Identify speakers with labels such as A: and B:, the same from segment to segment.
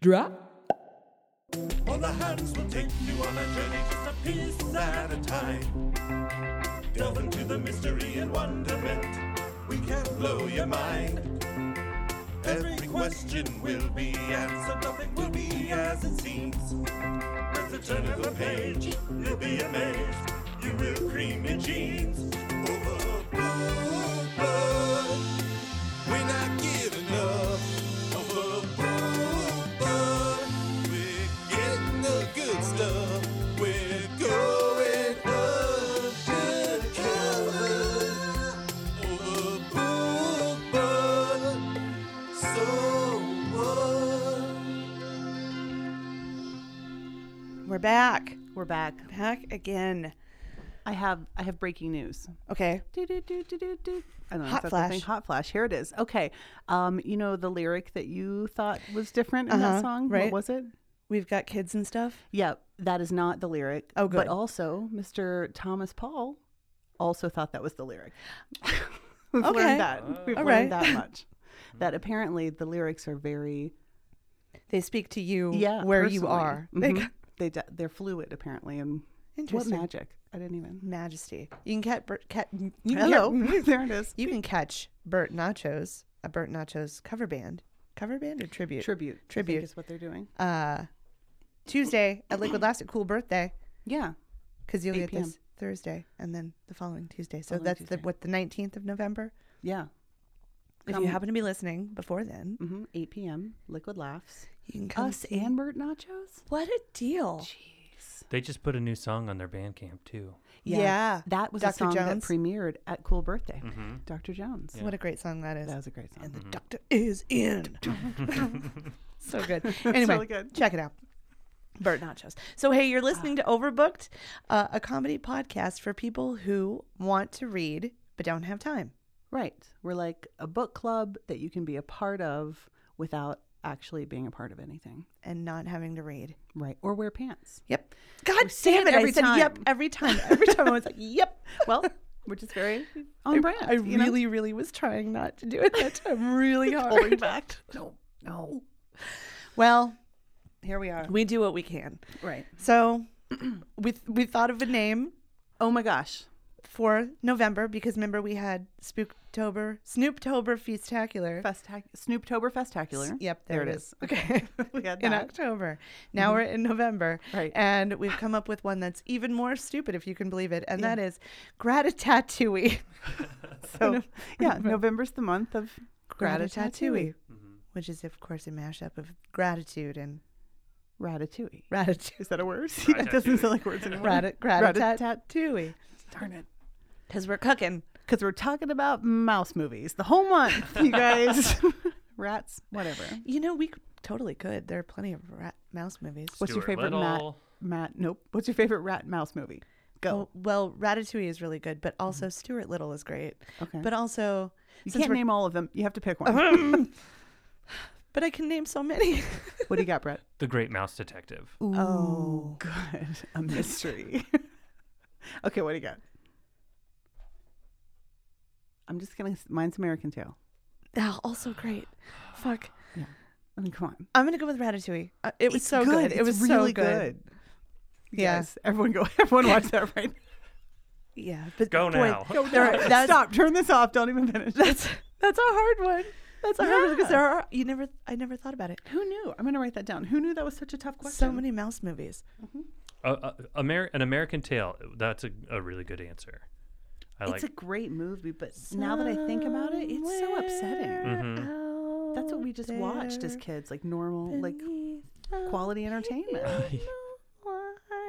A: drop.
B: Other hands will take you on a journey just a piece at a time. Delve into the mystery and wonderment. We can blow your mind. Every question will be answered, nothing will be as it seems. At the turn of a page, you'll be amazed. You will cream your jeans. Over blue blood, we're not giving up. Over blue blood, we're getting the good stuff. We're going undercover. Over blue blood, so what?
C: We're back.
D: We're back.
C: Back again.
D: I have I have breaking news.
C: Okay.
D: Do, do, do, do, do, do. I don't know, is
C: Hot
D: that the
C: flash.
D: thing? Hot flash. Here it is. Okay. Um, you know the lyric that you thought was different in
C: Uh-huh,
D: that song.
C: right.
D: What was it?
C: We've got kids and stuff.
D: Yeah, that is not the lyric.
C: Oh, good.
D: But also, Mr. Thomas Paul also thought that was the lyric. We've
C: Okay.
D: learned that. We've
C: All right.
D: learned that much. that apparently the lyrics are very
C: They speak to you
D: yeah
C: where you
D: personally.
C: are. They
D: Mhm.
C: got-
D: They d- they're fluid apparently. And
C: Interesting.
D: what magic? I didn't even.
C: Majesty. You can catch Bert, cat, you can get-
D: Hello, there it is.
C: you can catch Bert Nachos, a Bert Nachos cover band, cover band or tribute?
D: Tribute. I think
C: Tribute.
D: is what they're doing.
C: uh, Tuesday at Liquid Last Cool Birthday
D: Yeah.
C: because you'll
D: 8
C: get
D: p.m..
C: this Thursday and then the following Tuesday. So
D: Following
C: that's the
D: Tuesday.
C: what the 19th of November.
D: Yeah.
C: if
D: Come-
C: you happen to be listening before then,
D: hmm 8 p.m. Liquid Laughs.
C: you can come.
D: Us
C: see-
D: and Bert Nachos.
C: what a deal!
D: Jeez.
E: They just put a new song on their Bandcamp too.
C: Yeah.
D: That was a
C: Dr.
D: song that
C: Jones.
D: premiered at Cool Birthday. Dr. Jones.
C: What a great song that is.
D: That was a great song.
C: and the doctor is in. Mm-hmm. so good. Ah. Anyway,
D: really good.
C: check it out. Bert Nachos. So, hey, you're listening to Overbooked, uh, a comedy podcast for people who want to read but don't have time.
D: Right. We're like a book club that you can be a part of without actually being a part of anything.
C: and not having to read.
D: Right. Or wear pants.
C: Yep. God
D: say
C: damn
D: it
C: it! I
D: every
C: said yep
D: time.
C: every time. Every time I was like, yep.
D: Well, we're just very on brand.
C: I
D: you know?
C: really, really was trying not to do it that time really hard.
D: back. No, no.
C: Well,
D: Here we are.
C: we do what we can.
D: Right.
C: So we we thought of a name
D: Oh my gosh.
C: for November because remember we had Spooktober, Snooptober Feastacular
D: Festac- Snooptober Festacular.
C: Yep,
D: There, it is. Okay. we had
C: in
D: that. Mm-hmm.
C: October. Now we're in November,
D: Right.
C: And we've come up with one that's even more stupid, if you can believe it, and that is Gratitatouille.
D: So yeah, November's the month of
C: Gratitatouille, which is, of course, a mashup of gratitude and
D: Ratatouille.
C: gratitude.
D: Is that a word? it doesn't sound like words anymore.
C: Gratit-
D: Ratatouille. Darn it.
C: Because we're cooking.
D: Because we're talking about mouse movies. The whole month, you guys. Rats, whatever.
C: You know, we c- totally could. There are plenty of rat mouse movies.
D: What's your
E: Stuart
D: favorite
E: Little.
D: Matt? Matt, nope. What's your favorite rat mouse movie? Go. Mm-hmm.
C: Oh, well, Ratatouille is really good, but also Stuart Little is great.
D: Okay.
C: But also,
D: you
C: since
D: can't
C: we're-
D: name all of them. You have to pick one.
C: but I can name so many.
D: what do you got, Brett?
E: The Great Mouse Detective.
D: Oh, good. A mystery. okay, what do you got? I'm just going to. Mine's American Tail.
C: oh, also great. Fuck.
D: I mean, come on.
C: I'm gonna go with Ratatouille. Uh, it was
D: It's
C: so good. It
D: It's
C: was
D: really
C: so good. Yeah.
D: Yes. Everyone go. Everyone watch that right
C: Yeah. But
E: Go
C: boy,
E: now.
C: There are,
D: now.
C: that's,
D: Stop. Turn this off. Don't even finish.
C: That's that's a hard one. That's a hard one because
D: Yeah.
C: there are you never I never thought about it.
D: Who knew? I'm going to write that down. Who knew that was such a tough question?
C: So many mouse movies.
E: Uh, uh, Amer- an American Tale. That's a, a really good answer. I
D: It's
E: like.
D: a great movie, but now that I think about it, it's so upsetting.
E: Mm-hmm.
D: That's what we just watched as kids, like normal, like quality entertainment.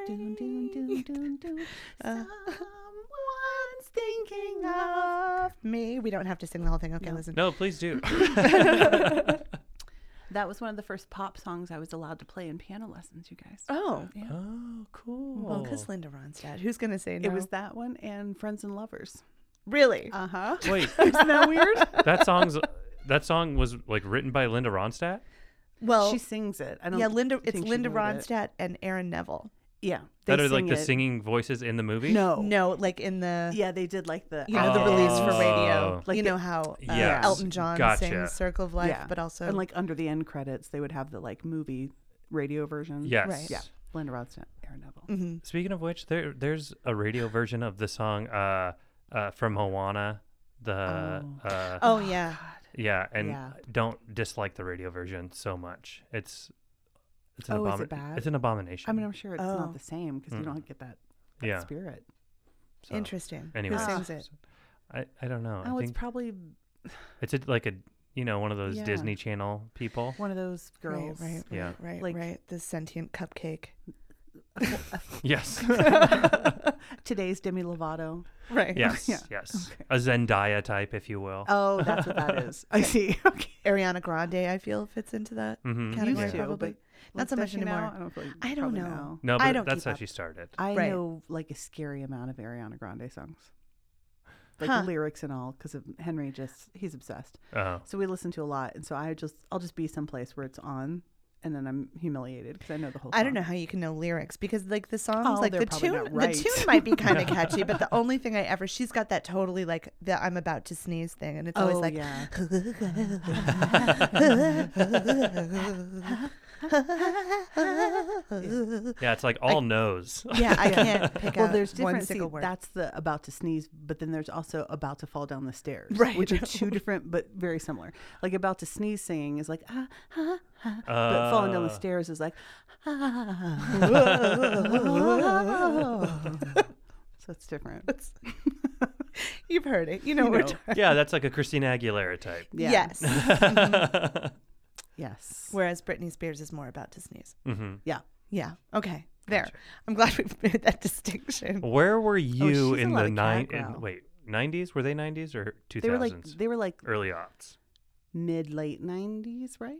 D: Dun, dun, dun, dun, dun.
C: Someone's Uh. thinking of me. We don't have to sing the whole thing. Okay, listen.
E: no, please do.
D: That was one of the first pop songs I was allowed to play in piano lessons, you guys.
C: Oh,
E: oh, cool.
C: well, because Linda Ronstadt. Who's gonna say no?
D: It was that one and Friends and Lovers.
C: really.
D: Uh huh.
E: Wait,
D: Isn't that weird?
E: that song's that song was like written by Linda Ronstadt.
C: well,
D: she sings it. I don't.
C: yeah, Linda. It's
D: think she
C: Linda
D: wrote it.
C: Ronstadt and Aaron Neville.
D: yeah, they
E: That are like
D: sing
E: the
D: it.
E: singing voices in the movie.
D: No,
C: No, like in the
D: Yeah, they did like the
C: you know the release for radio.
E: Oh.
C: Like
D: Like
C: you
D: the-
C: know how uh,
E: Yes.
C: Elton John
E: Gotcha.
C: sings "Circle of Life,"
D: Oh. Yeah.
C: but also
D: and like under the end credits, they would have the like movie radio version.
E: Yes.
C: Right.
D: yeah. Linda Ronstadt, Aaron Neville.
E: Speaking of which, there there's a radio version of the song uh, uh, from Moana. The uh,
C: oh yeah,
E: yeah, and
D: yeah.
E: don't dislike the radio version so much. It's it's an
D: Oh, is
E: abomination.
D: it bad?
E: It's an abomination.
D: I mean, I'm sure it's
C: Oh.
D: not the same because you don't get that, that
E: Mm. Yeah.
D: spirit.
E: So,
C: interesting.
E: Oh. Anyway,
C: Who sings it?
E: I, I don't know.
D: Oh,
E: I
D: it's
E: think
D: probably
E: it's a, like a you know one of those
D: Yeah.
E: Disney Channel people.
D: one of those
C: Right,
D: girls.
C: right,
E: Yeah.
C: right, right,
D: Like-
C: right. The sentient cupcake.
E: Yes.
D: Today's Demi Lovato.
C: Right.
E: yes. Yes. A Zendaya type, if you will.
D: Oh, that's what that is. I see. Okay.
C: Ariana Grande, I feel fits into that
E: Mhm.
C: category
D: Used to,
C: probably.
D: but,
C: Not so
D: does
C: much
D: she now?
C: anymore.
D: I don't, feel like-
C: I don't
D: probably
C: know.
D: now.
E: No, but
C: I don't
E: that's
C: keep
E: how
C: up.
E: she started.
D: I
C: Right.
D: know like a scary amount of Ariana Grande songs, like
C: Huh.
D: lyrics and all, because of Henry. Just he's obsessed.
E: Oh.
D: So we listen to a lot, and so I just I'll just be someplace where it's on, and then I'm humiliated because I know the whole.
C: I don't know
D: song.
C: how you can know lyrics because like the songs,
D: Oh,
C: like
D: they're
C: the
D: probably
C: tune,
D: not right.
C: the tune might be kind of catchy, but the only thing I ever, she's got that totally like the I'm about to sneeze thing, and it's always
D: Oh,
C: like,
D: yeah.
E: Yeah, it's like all no's.
C: yeah, I can't pick
D: Well,
C: out
D: there's
C: one
D: different. See,
C: single word.
D: that's the about to sneeze, but then there's also about to fall down the stairs,
C: Right.
D: Which are two different but very similar. Like about to sneeze singing is like ah ah ah, but falling down the
E: Ah.
D: stairs is like ah. so it's different.
C: You've heard it, you know what we're talking.
E: oh, yeah, that's like a Christina Aguilera type.
D: Yeah.
C: Yes.
D: Yes.
C: Whereas Britney Spears is more about to sneeze.
D: Yeah.
C: Yeah. Okay. There. I'm glad we've made that distinction.
E: Where were you
D: Oh, she's a
E: in
D: lot
E: the
D: of
E: nine?
D: cat growl.
E: In, wait, nineties? Were they nineties or two
D: They were like
E: thousands?
D: they were like
E: Early aughts.
D: mid late nineties, right?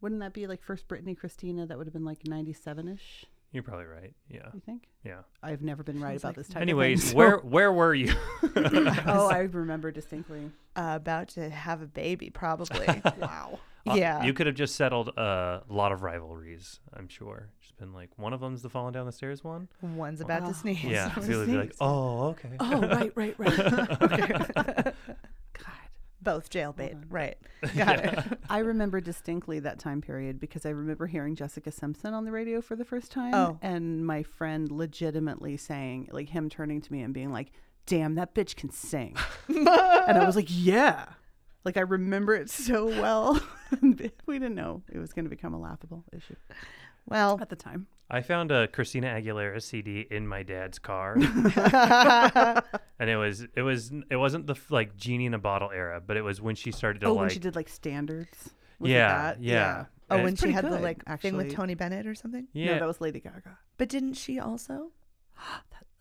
D: Wouldn't that be like first Britney Christina? That would have been like ninety seven ish.
E: You're probably right. Yeah,
D: You think?
E: yeah.
D: I've never been right about this type. of
E: Anyways,
D: thing, so-
E: where where were you?
D: oh, I remember distinctly.
C: Uh, about to have a baby, probably. wow. Yeah.
E: Uh, you could have just settled a lot of rivalries. I'm sure. Just been like one of them's the falling down the stairs one.
C: One's about to sneeze.
E: Yeah,
D: someone
E: people would be like,
D: sneezed.
E: oh, okay.
D: Oh, right, right, right. God.
C: Both jailbait. Right. Got it.
D: I remember distinctly that time period because I remember hearing Jessica Simpson on the radio for the first time.
C: Oh.
D: And my friend legitimately saying, like him turning to me and being like, damn, that bitch can sing. and I was like, yeah. Like I remember it so well. we didn't know it was going to become a laughable issue
C: Well,
D: at the time.
E: I found a Christina Aguilera CD in my dad's car, and it was it was it wasn't the f- like genie in a bottle era, but it was when she started to
D: oh,
E: like
D: when she did like standards. Was it
E: yeah,
D: that?
E: yeah
C: oh,
E: And-
C: when she
D: pretty
C: had the
D: good,
C: like thing with
D: actually.
C: Tony Bennett or something.
E: yeah
D: No, that was Lady Gaga.
C: But didn't she also?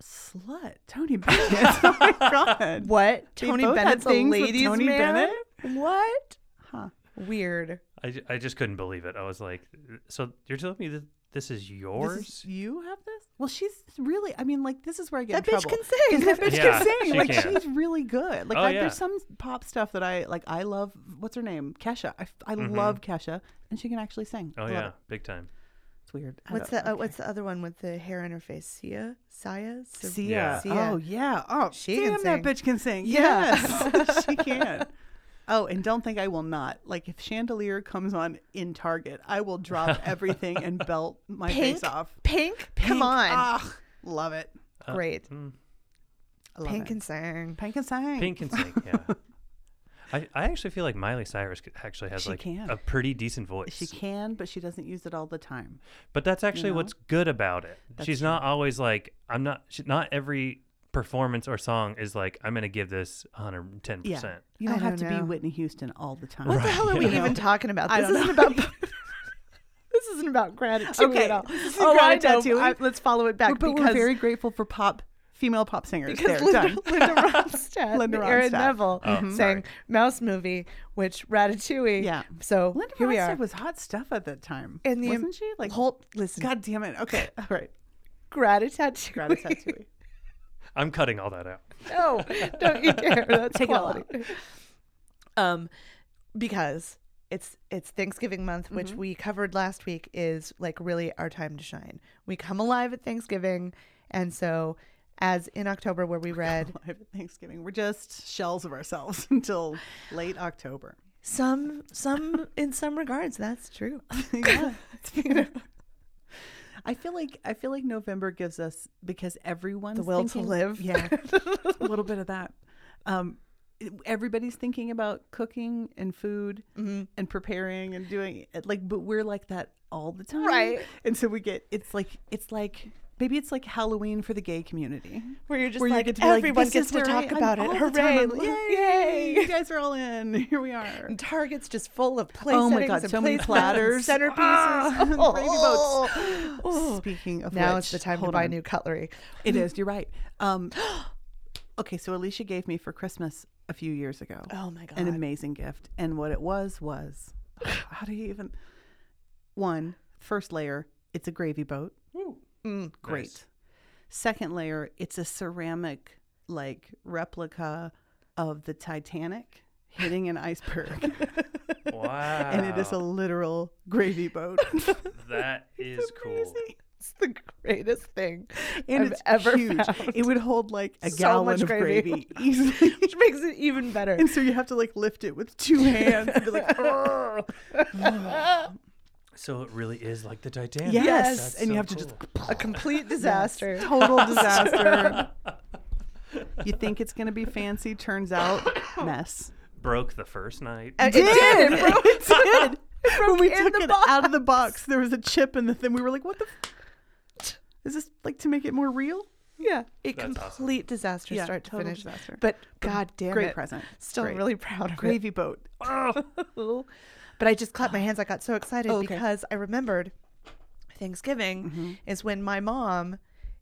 D: Slut. Tony Bennett. oh my God.
C: What?
D: They
C: Tony
D: both had
C: Bennett's a
D: things with
C: ladies'
D: Tony
C: man? What?
D: Huh.
C: Weird.
E: I, ju- I just couldn't believe it. I was like, so you're telling me that this is yours?
D: This is- you have this? Well, she's really. I mean, like this is where I
C: That
D: get in
C: bitch
D: trouble.
C: can sing. That
D: Bitch
C: bitch
E: Yeah,
D: can sing.
E: she
D: like
E: can.
D: she's really good. Like
E: Oh,
D: I,
E: yeah.
D: there's some pop stuff that I like. I love. What's her name? Kesha. I, f- I love Kesha, and she can actually sing. I
E: Mm-hmm. oh
D: love
E: yeah,
D: it.
E: big time.
D: it's weird. I
C: What's
D: don't-
C: the uh, What's the other one with the hair in her face? Sia, Saya, Sa-
D: Sia.
E: Yeah.
C: Sia.
D: Oh yeah. Oh,
C: She
D: damn
C: can
D: that
C: sing.
D: bitch can sing.
C: Yeah.
D: Yes, she can. Oh, and don't think I will not. Like if Chandelier comes on in Target, I will drop everything and belt my
C: Pink.
D: face off.
C: Pink? Come
D: Pink. Ah.
C: on.
D: Ugh, love it.
C: Great.
D: I love
C: Pink
D: it.
C: and sang.
D: Pink and sing.
E: Pink and sing, yeah. I, I actually feel like Miley Cyrus could- actually has
D: She
E: like
D: can.
E: a pretty decent voice.
D: She can, but she doesn't use it all the time.
E: But that's actually
D: know?
E: what's good about it. She's not always like I'm not. She, not every performance or song is like I'm gonna give this 110. percent
D: You don't
C: I
D: have
C: don't
D: to be
C: know.
D: Whitney Houston all the time.
C: What the hell are we even talking about?
D: I
C: This
D: don't
C: isn't
D: know.
C: about. this isn't about gratitude
D: Okay,
C: at all.
D: this is
C: oh, I
D: gratitude.
C: know. I- let's follow it back
D: But
C: because
D: we're very grateful for pop female pop singers. There,
C: because Linda,
D: done.
C: Linda Ronstadt,
D: Linda
C: Aaron
D: Ronstadt.
C: Neville sang
E: sorry.
C: Mouse Movie, which Ratatouille.
D: Yeah.
C: So
D: Linda
C: here we
D: Ronstadt
C: are.
D: was hot stuff at that time.
C: And the
D: wasn't she? Like
C: whole listen,
D: God damn it. Okay. All right.
C: gratitude.
D: Ratatouille.
E: I'm cutting all that out.
C: no, don't you dare. That's
D: Take it all
C: quality. Um, because it's it's Thanksgiving month, which
D: Mm-hmm.
C: we covered last week, is like really our time to shine. We come alive at Thanksgiving, and so as in October, where we read
D: Live at Thanksgiving. We're just shells of ourselves until late October.
C: some some in some regards, that's true.
D: yeah. you know. I feel like I feel like November gives us because everyone's
C: will to
D: thinking-
C: live.
D: Yeah, a little bit of that. Um, it- everybody's thinking about cooking and food
C: Mm-hmm.
D: and preparing and doing it, like, but we're like that all the time,
C: Right.
D: And so we get it's like it's like maybe it's like Halloween for the gay community,
C: Where you're just
D: you
C: like,
D: get to be like,
C: everyone
D: "This
C: gets
D: is
C: to
D: where I
C: talk
D: am
C: about it.
D: all the time."
C: Hooray.
D: I'm like,
C: Yay.
D: You guys are all in. Here we are.
C: And Target's just full of plates.
D: Oh my God, so many platters.
C: centerpieces,
D: Ah,
C: Oh.
D: gravy boats.
C: Oh.
D: Speaking of
C: Now
D: which,
C: it's the time to
D: hold
C: buy
D: on.
C: new cutlery.
D: It is. You're right. Um, okay, so Alicia gave me for Christmas a few years ago
C: Oh my god!
D: an amazing gift, and what it was was how do you even one first layer? It's a gravy boat.
C: Mm.
D: Great. Second layer, it's a ceramic like replica of the Titanic hitting an iceberg,
E: Wow.
D: and it is a literal gravy boat.
E: that is cool.
C: It's the greatest thing
D: and
C: I've
D: it's
C: ever
D: huge.
C: found.
D: It would hold like a
C: So much
D: gallon of
C: gravy.
D: gravy easily.
C: which makes it even better.
D: And so you have to like lift it with two hands. And be like,
E: So it really is like the Titanic.
D: yes.
C: Yes.
D: and you have to
C: A complete disaster.
D: just total disaster. you think it's going to be fancy. Turns out, mess.
E: broke the first night.
C: And it did. It broke-
D: It did. when we
C: in
D: took
C: the
D: it out of the box, there was a chip in the thing. We were like, what the? F- is this like to make it more real?
C: yeah, a
E: That's awesome.
C: complete disaster,
D: Yeah,
C: start to
D: total
C: finish.
D: disaster.
C: But god damn
D: Great
C: it,
D: present.
C: Still
D: Great.
C: really proud of
D: Gravy boat.
C: it. But I just clapped my hands. I got so excited
D: Oh, okay. Mm-hmm.
C: because I remembered Thanksgiving is when my mom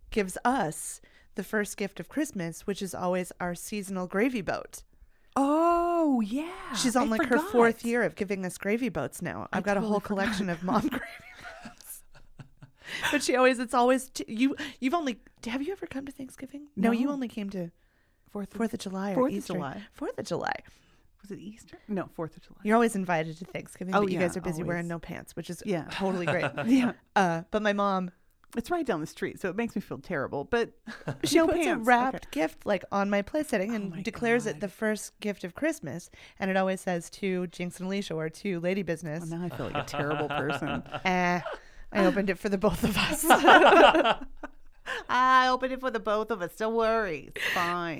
C: gives us the first gift of Christmas, which is always our seasonal gravy boat.
D: Oh yeah.
C: She's on
D: I
C: like her
D: forgot.
C: fourth year of giving us gravy boats now. I've got a whole collection of mom gravy boats. But she always, it's always t- you. You've only have you ever come to Thanksgiving? No, you
D: No.
C: only came to
D: Fourth.
C: Fourth of July or
D: Fourth of
C: Easter.
D: July.
C: Fourth of July.
D: was it Easter? No, Fourth of July.
C: You're always invited to Thanksgiving,
D: Oh,
C: but you guys
D: yeah,
C: are busy wearing
D: always.
C: no pants, which is
D: Yeah.
C: totally great.
D: yeah.
C: Uh, but my mom,
D: It's right down the street, so it makes me feel terrible. But
C: she
D: No
C: puts a
D: pants,
C: wrapped gift like on my place setting and
D: Oh my
C: declares it
D: God.
C: the first gift of Christmas, and it always says to Jinx and Alicia or to Lady Business.
D: Well, now I feel like a terrible person.
C: Eh, I opened it for the both of us.
D: Oh I opened it for the both of us. Don't worry, it's fine.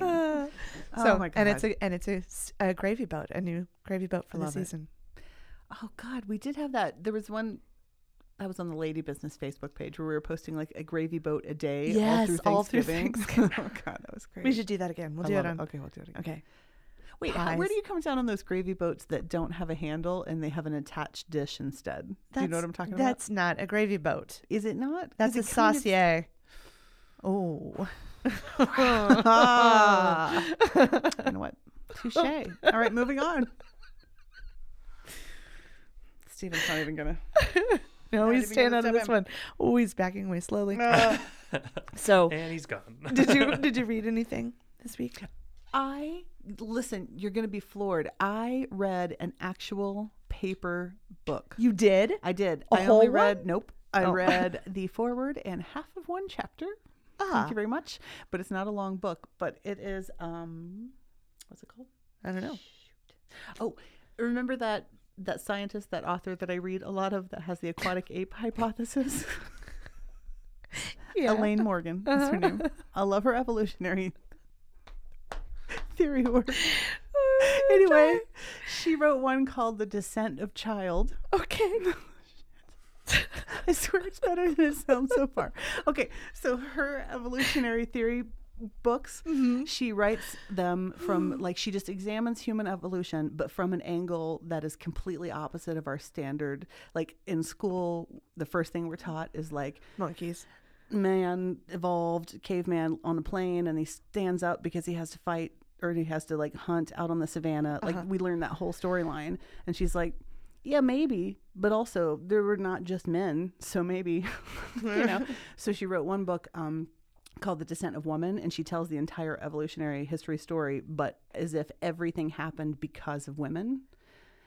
C: so
D: Oh my
C: and it's
D: God.
C: a and it's a, s- a gravy boat, a new gravy boat for the
D: love it.
C: season.
D: oh God, we did have that. There was one that was on the Lady Business Facebook page where we were posting like a gravy boat a day all through
C: Yes, all through
D: Thanksgiving.
C: Thanksgiving.
D: oh God, that was great.
C: We should do that again. We'll
D: I
C: do it
D: love
C: on.
D: Okay, we'll do it again.
C: Okay.
D: Wait, how, where
C: pies.
D: do you come down on those gravy boats that don't have a handle and they have an attached dish instead? do you know what I'm talking about?
C: That's not a gravy boat.
D: Is it not?
C: That's a
D: Is it kind of-
C: saucier. Oh.
D: Ah. you know what? Touche. All right, moving on. Steven's not even gonna.
C: No, he's
D: did we
C: staying
D: get
C: out of
D: to
C: this one. Oh, he's backing away slowly. so,
E: and he's gone.
C: did you did you read anything this week?
D: I listen. You're gonna be floored. I read an actual paper book.
C: You did.
D: I did.
C: A
D: I
C: whole
D: only
C: one?
D: read. Nope. I
C: Oh.
D: read the foreword and half of one chapter.
C: Ah.
D: Thank you very much. But it's not a long book. But it is. Um, what's it called?
C: I don't know.
D: Oh, remember that that scientist, that author that I read a lot of that has the aquatic ape hypothesis?
C: Yeah.
D: Elaine Morgan is her name. I love her evolutionary theory work. Anyway, she wrote one called The Descent of Child.
C: Okay.
D: I swear it's better than it sounds so far. Okay, so her evolutionary theory books, she writes them from like she just examines human evolution, but from an angle that is completely opposite of our standard. Like in school, the first thing we're taught is like
C: Monkeys.
D: man evolved caveman on a plane and he stands up because he has to fight or he has to like hunt out on the savannah like we learned that whole storyline and she's like yeah maybe but also there were not just men so maybe you know so she wrote one book um called the descent of woman and she tells the entire evolutionary history story but as if everything happened because of women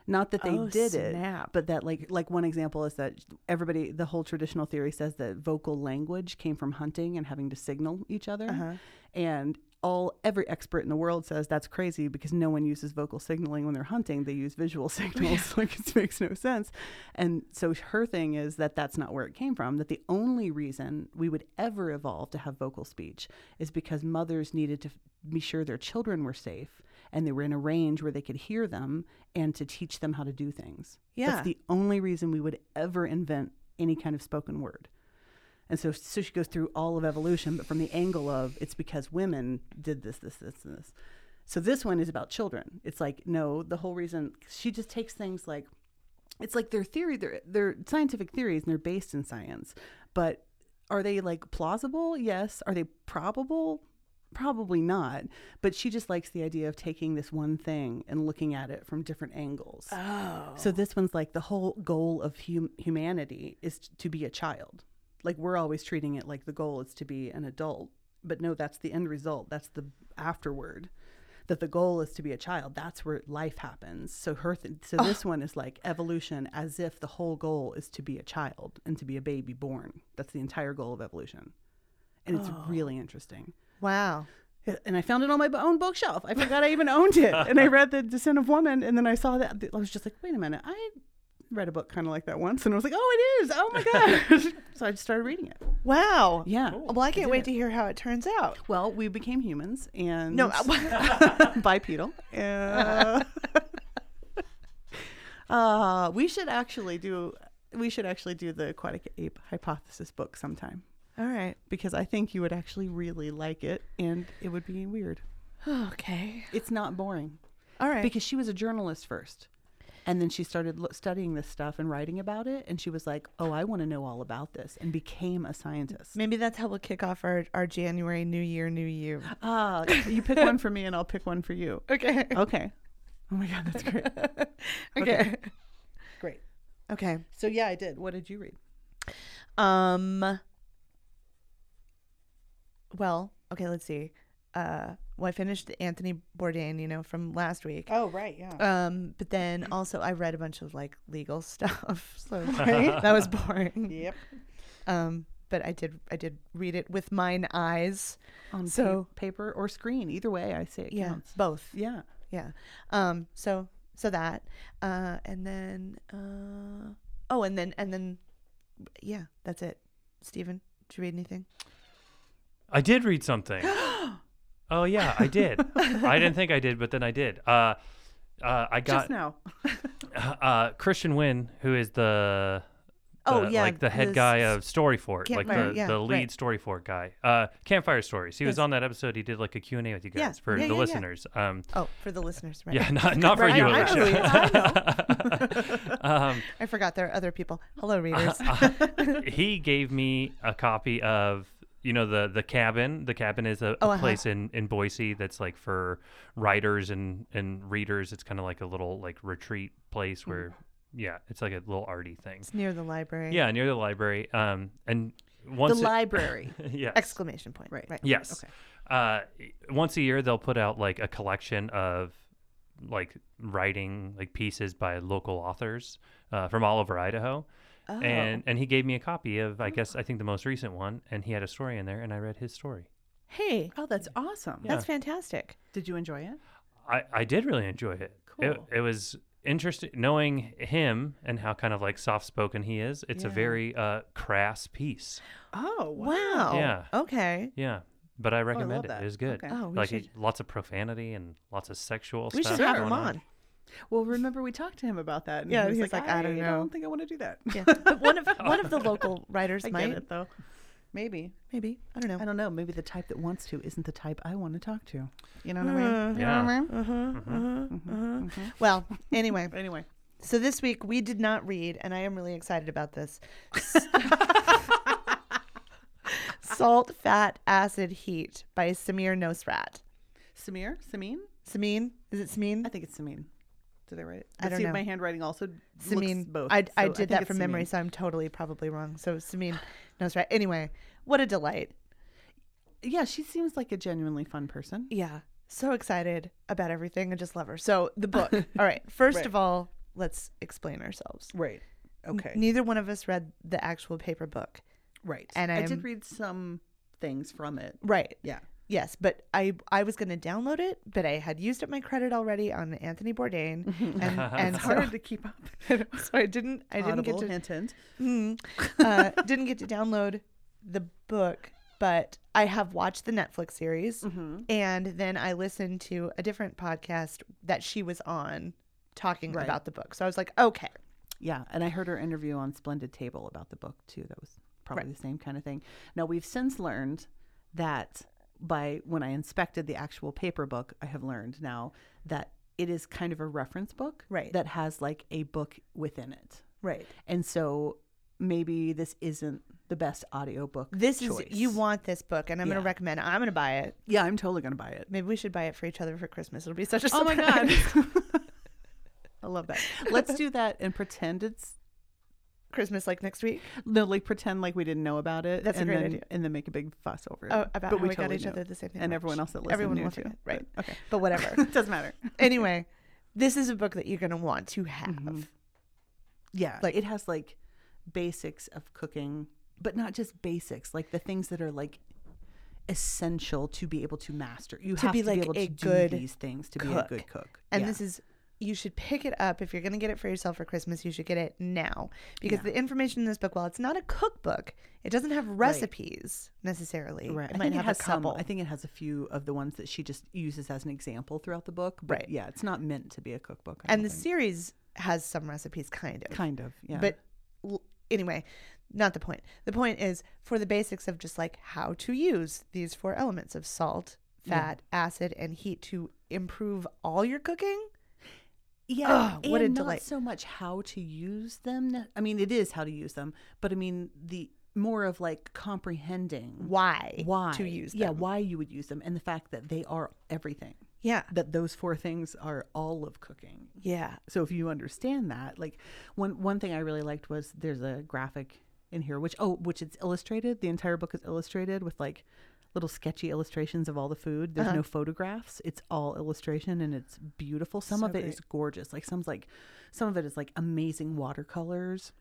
D: Not that they
C: Oh,
D: did
C: snap.
D: it, but that like like one example is that everybody the whole traditional theory says that vocal language came from hunting and having to signal each other,
C: Uh-huh.
D: and all every expert in the world says that's crazy because no one uses vocal signaling when they're hunting. They use visual signals, like it makes no sense. And so her thing is that that's not where it came from. That the only reason we would ever evolve to have vocal speech is because mothers needed to f- be sure their children were safe and they were in a range where they could hear them and to teach them how to do things.
C: Yeah.
D: That's the only reason we would ever invent any kind of spoken word. And so, so she goes through all of evolution, but from the angle of it's because women did this, this, this, and this. So this one is about children. It's like, no, the whole reason she just takes things like it's like their theory they're, they're scientific theories and they're based in science but are they like plausible yes are they probable probably not but she just likes the idea of taking this one thing and looking at it from different angles oh so this one's like the whole goal of hum- humanity is t- to be a child like we're always treating it like the goal is to be an adult but no that's the end result that's the afterward that the goal is to be a child that's where life happens so her th- so this one is like evolution as if the whole goal is to be a child and to be a baby born that's the entire goal of evolution and it's really interesting
C: Wow.
D: yeah, and I found it on my b- own bookshelf. I forgot I even owned it. And I read The Descent of Woman, and then I saw that. I was just like, wait a minute, I read a book kind of like that once, and I was like, oh, it is. Oh my god! so I just started reading it.
C: Wow.
D: Yeah.
C: Well, I can't
D: did
C: wait
D: it.
C: to hear how it turns out.
D: Well, we became humans and
C: No. uh,
D: bipedal. Uh, uh, we should actually do. We should actually do the aquatic ape hypothesis book sometime
C: All right.
D: because I think you would actually really like it, and it would be weird.
C: Okay.
D: It's not boring.
C: All right.
D: because she was a journalist first and then she started lo- studying this stuff and writing about it and she was like oh i want to know all about this and became a scientist
C: Maybe that's how we'll kick off our, our January New Year, New You.
D: ah you pick one for me and i'll pick one for you
C: Okay.
D: okay oh my god that's great
C: Okay.
D: great
C: Okay.
D: so yeah i did what did you read
C: Um. Well, okay. Let's see. Uh, well, I finished Anthony Bourdain, you know, from last week.
D: oh right yeah
C: Um, but
D: Mm.
C: then also I read a bunch of like legal stuff, so that was boring.
D: yep
C: Um, but I did I did read it with mine eyes.
D: on pa-
C: So-
D: paper or screen either way i say it
C: Yeah,
D: counts
C: Um, both.
E: Uh,
D: yeah
C: Yeah. Um. So so that. Uh. And then. Uh. Oh, and then and then. Yeah, that's it. Stephen, did you read anything?
E: I did read something. oh yeah, I did. I didn't think I did, but then I did. Uh, uh, I
D: just
E: got
D: now
E: uh, Christian Wynn, who is the,
C: Oh,
E: the-
C: yeah,
E: like the head
C: the
E: guy
C: s-
E: of Storyfort, like
C: Campfire,
E: the,
C: yeah,
E: the lead
C: right.
E: Storyfort guy. Uh, Campfire Stories. He was
C: Yes.
E: on that episode. He did like a Q and A with you guys
C: Yeah,
E: for
C: yeah,
E: the
C: yeah, yeah.
E: listeners. Um,
C: Oh, for the listeners, right?
E: yeah, not not for
C: Right,
E: you,
C: I
E: Alicia.
C: believe-
E: um,
C: I forgot there are other people.
E: Uh,
C: Hello, readers.
E: he gave me a copy of you know the the cabin the cabin is a, a
C: Oh, uh-huh.
E: place in in boise that's like for writers and and readers it's kind of like a little like retreat place where yeah it's like a little arty
C: Mm.
E: thing
C: it's near the library.
E: yeah near the library um and
D: the
E: once
D: library
E: yeah
C: Exclamation point.
D: Right.
C: Right.
E: Yes. Uh, once a year, they'll put out like a collection of like writing like pieces by local authors uh, from all over Idaho.
C: Oh.
D: Oh.
E: And and he gave me a copy of I guess I think the most recent one, and he had a story in there, and I read his story.
C: Hey,
D: oh that's awesome
C: that's fantastic.
D: did you enjoy it
E: I, I did really enjoy it. It,
D: Cool.
E: it was interesting knowing him and how kind of like soft spoken he is. It's a very uh, crass piece.
D: oh
C: Wow.
E: Yeah.
C: Okay.
E: Yeah, but I recommend
D: love
E: it.
D: that.
E: It was good.
D: Okay.
C: Oh, we
E: like
C: should-
E: it- lots of profanity and lots of sexual
C: We
E: stuff.
C: should have
E: going
C: him on.
D: well remember we talked to him about that and
C: Yeah,
D: he was
C: he's
D: like, I, don't know i don't think i want to do that
C: Yeah. But one of one of the local writers
D: I
C: might
D: get it though. Maybe.
C: maybe. I don't know.
D: I don't know. Maybe the type that wants to isn't the type I want to talk to. You know what I
C: Uh-huh,
D: mean?
E: Yeah.
C: uh-huh, uh-huh, uh-huh. Well, anyway,
D: Anyway,
C: so this week we did not read, and I am really excited about this. Salt, Fat, Acid, Heat by Samir Nosrat.
D: Samir? Samin?
C: Samin? Is it Samin?
D: I think it's Samin. Did I write it?
C: I
D: Let's
C: don't
D: see
C: know.
D: if my handwriting also
C: Samin.
D: looks both.
C: I,
D: So
C: I did
D: think
C: that
D: it's
C: from memory,
D: Samin.
C: so I'm totally probably wrong. So Samin knows right. Anyway, what a delight.
D: Yeah, she seems like a genuinely fun person.
C: Yeah. So excited about everything. I just love her. So the book. all right. First of all, let's explain ourselves.
D: Right.
C: N-
D: Okay.
C: Neither one of us read the actual paper book.
D: right.
C: and
D: I
C: I'm-
D: did read some things from it.
C: Right.
D: Yeah.
C: Yes, but I I was going to download it, but I had used up my credit already on Anthony Bourdain, and and
D: It's
C: so,
D: hard to keep up.
C: so I didn't I didn't get
D: Audible,
C: to
D: hint, hint.
C: Mm. uh, didn't get to download the book, but I have watched the Netflix series,
D: Mm-hmm.
C: and then I listened to a different podcast that she was on talking
D: Right.
C: about the book. So I was like, okay,
D: Yeah, and I heard her interview on Splendid Table about the book too. That was probably the same kind of thing. Now we've since learned that by when I inspected the actual paper book, I have learned now that it is kind of a reference book
C: Right.
D: that has like a book within it.
C: right.
D: And so maybe this isn't the best audiobook.
C: This
D: choice.
C: is you want this book, and I'm going
D: Yeah.
C: to recommend. I'm going to buy it.
D: Yeah, I'm totally going to buy it.
C: Maybe we should buy it for each other for Christmas. It'll be such a
D: Oh my God.
C: I love that.
D: Let's do that and pretend it's
C: Christmas like next week.
D: no, like pretend like we didn't know about it.
C: That's a
D: and
C: great
D: then,
C: idea.
D: And then make a big fuss over it.
C: Oh, about
D: But
C: how we got each
D: knew.
C: other the same thing
D: and
C: much.
D: everyone else that listened
C: Everyone
D: knew
C: will
D: too.
C: forget, right.
D: But, okay.
C: But whatever.
D: it doesn't matter.
C: anyway, this is a book that you're going to want to have.
D: Mm-hmm. Yeah,
C: Like-
D: like it has like basics of cooking, but not just basics, like the things that are like essential to be able to master. You
C: To
D: have
C: be,
D: to
C: like,
D: be able
C: a
D: to
C: good
D: do these things to be a good cook.
C: And this is you should pick it up if you're going to get it for yourself for Christmas. You should get it now because the information in this book, while it's not a cookbook, it doesn't have recipes necessarily.
D: right.
C: It
D: I
C: might
D: think it
C: have
D: has
C: a couple.
D: some. I think it has a few of the ones that she just uses as an example throughout the book. But
C: Right.
D: yeah, it's not meant to be a cookbook. I
C: and the
D: don't think.
C: series has some recipes, kind of.
D: kind of yeah,
C: But l- anyway, not the point. The point is for the basics of just like how to use these four elements of salt, fat, acid, and heat to improve all your cooking.
D: Yeah,
C: Ugh, what a
D: and
C: delight.
D: not so much how to use them. ne- I mean, it is how to use them, but I mean the more of like comprehending
C: Why?
D: why
C: to use them?
D: Yeah, why you would use them, and the fact that they are everything.
C: Yeah.
D: That those four things are all of cooking.
C: Yeah.
D: So if you understand that, like one one thing I really liked was there's a graphic in here, which oh, which it's illustrated. The entire book is illustrated with like little sketchy illustrations of all the food. There's no photographs. It's all illustration, and it's beautiful. Some of it is gorgeous. Like some's like, some of it is like amazing watercolors,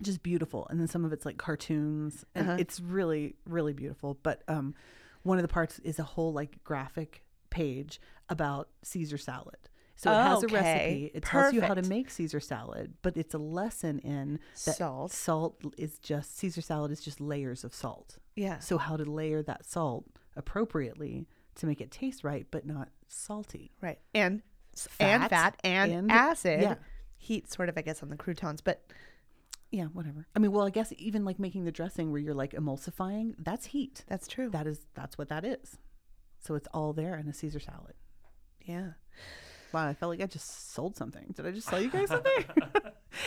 D: just beautiful. And then some of it's like cartoons, and
C: Uh-huh.
D: it's really really beautiful. But um, one of the parts is a whole like graphic page about Caesar salad. So it has a
C: Okay.
D: recipe. It tells you how to
C: Perfect.
D: make Caesar salad, but it's a lesson in that
C: Salt.
D: Salt is just Caesar salad is just layers of salt.
C: Yeah.
D: So how to layer that salt appropriately to make it taste right, but not salty.
C: Right. And s- and
D: Fat
C: fat and,
D: and-
C: acid.
D: yeah.
C: Heat sort of I guess on the croutons, but
D: Yeah, whatever. I mean, well, I guess even like making the dressing where you're like emulsifying, that's heat.
C: that's true.
D: That is that's what that is. So it's all there in a Caesar salad.
C: yeah.
D: Wow, I felt like I just sold something. Did I just sell you guys something?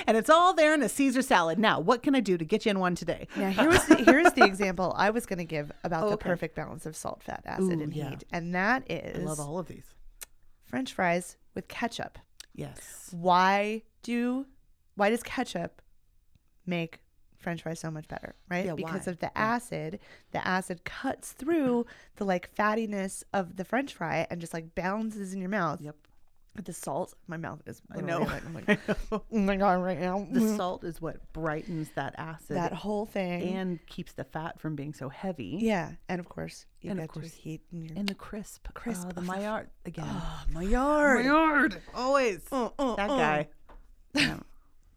D: and it's all there in a Caesar salad. Now, what can I do to get you in one today?
C: Now here was the, here's the example I was going to give about the
D: okay.
C: perfect balance of salt, fat, acid,
D: Ooh,
C: and
D: yeah.
C: heat, and that
D: I
C: is
D: love all of these.
C: French fries with ketchup.
D: Yes.
C: Why do why does ketchup make French fries so much better? Right?
D: Yeah,
C: because
D: why?
C: of the acid. The acid cuts through the like fattiness of the French fry and just like balances in your mouth.
D: Yep.
C: But the salt, my mouth is.
D: I
C: literally
D: know.
C: Like, I'm like, oh my god, right now.
D: The salt is what brightens that acid
C: Mm-hmm. that whole thing.
D: and keeps the fat from being so heavy.
C: yeah, and of course you
D: And of
C: got your
D: course-
C: heat and your
D: And the crisp.
C: Crisp
D: Oh, the
C: of the f-
D: Maillard again.
C: my yard.
D: Maillard. Always. that
C: uh.
D: guy. Damn.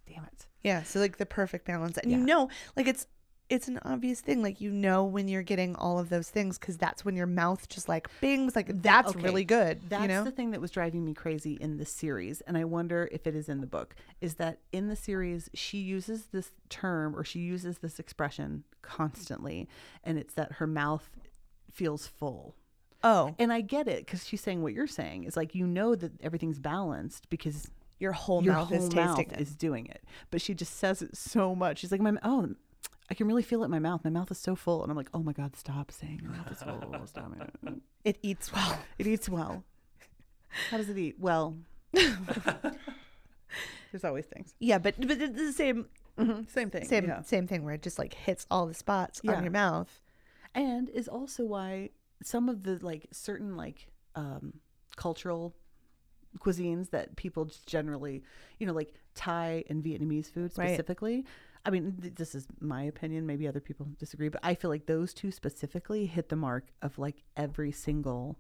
D: Damn it.
C: Yeah, so like the perfect balance, and you know, like it's it's an obvious thing. Like you know when you're getting all of those things because that's when your mouth just like bings. Like that's
D: okay,
C: really good.
D: That's
C: you know,
D: the thing that was driving me crazy in the series, and I wonder if it is in the book. Is that in the series she uses this term or she uses this expression constantly, and it's that her mouth feels full.
C: oh,
D: And I get it because she's saying what you're saying is like you know that everything's balanced because
C: your whole
D: your
C: mouth
D: whole
C: is
D: mouth
C: tasting it.
D: is doing it. But she just says it so much. She's like, my oh, I can really feel it in my mouth. My mouth is so full, and I'm like, oh my god, stop saying your mouth is full. Stop it.
C: It eats well.
D: It eats well. How does it eat? Well, there's always things.
C: Yeah, but but it's the same mm-hmm,
D: Same thing.
C: same same thing where it just like hits all the spots
D: Yeah.
C: on your mouth.
D: And is also why some of the like certain like um, cultural cuisines that people just generally, you know, like Thai and Vietnamese food
C: Right.
D: specifically. I mean, th- this is my opinion. Maybe other people disagree, but I feel like those two specifically hit the mark of like every single,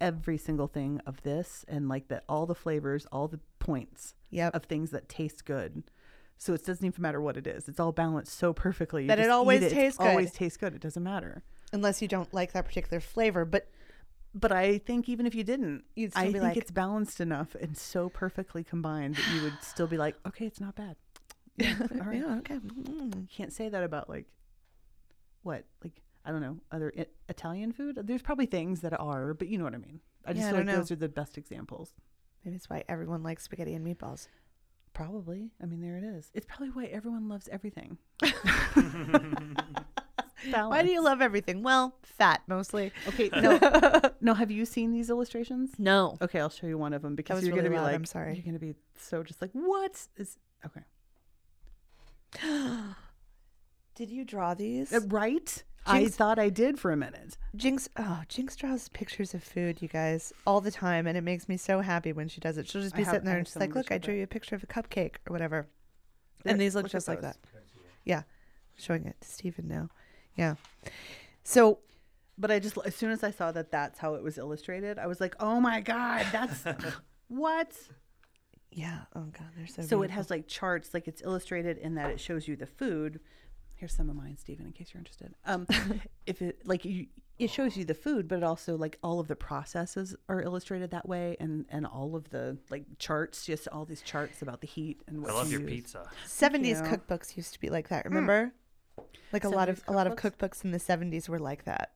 D: every single thing of this, and like that all the flavors, all the points
C: Yep.
D: of things that taste good. So it doesn't even matter what it is. It's all balanced so perfectly. You
C: That it
D: just eat
C: always
D: It's
C: tastes good.
D: Always tastes good. It doesn't matter.
C: unless you don't like that particular flavor. But
D: But I think even if you didn't,
C: You'd still
D: I
C: be
D: think
C: like-
D: it's balanced enough and so perfectly combined that you would still be like, okay, it's not bad. Yeah, all right.
C: yeah, okay. Mm.
D: Can't say that about like what like I don't know other I- Italian food. There's probably things that are, but you know what I mean. I just
C: Yeah, I
D: feel like
C: don't know.
D: those are the best examples.
C: Maybe that's why everyone likes spaghetti and meatballs.
D: Probably. I mean, there it is. It's probably why everyone loves everything.
C: Why do you love everything? Well, fat mostly.
D: Okay, no, no. Have you seen these illustrations?
C: No.
D: Okay, I'll show you one of them because
C: was
D: you're
C: really
D: gonna be
C: loud,
D: like,
C: I'm sorry.
D: You're gonna be so just like, what is okay?
C: Did you draw these?
D: Uh, Right? I
C: Jinx-
D: thought I did for a minute.
C: Jinx, oh, Jinx draws pictures of food, you guys, all the time, and it makes me so happy when she does it. She'll just
D: I
C: be
D: have-
C: sitting
D: I
C: there
D: have
C: and she's
D: someone
C: like,
D: to
C: "Look, I
D: show
C: drew you a picture of a cupcake or whatever,"
D: There,
C: and these look,
D: look at
C: just like
D: those.
C: that. Yeah, showing it to Stephen now. Yeah, so
D: But I just, as soon as I saw that that's how it was illustrated, I was like, oh my god, that's what.
C: yeah, oh god, they're so.
D: So
C: beautiful.
D: it has like charts, like it's illustrated in that it shows you the food. Here's some of mine, Stephen, in case you're interested. Um, if it like you, it shows you the food, but it also like all of the processes are illustrated that way, and and all of the like charts, just all these charts about the heat and what.
E: I love
D: to
E: your
D: use.
E: pizza.
C: seventies
D: you.
C: cookbooks used to be like that.
D: Hmm.
C: Remember, like a lot of
D: 70s
C: a lot of cookbooks in the seventies were like that,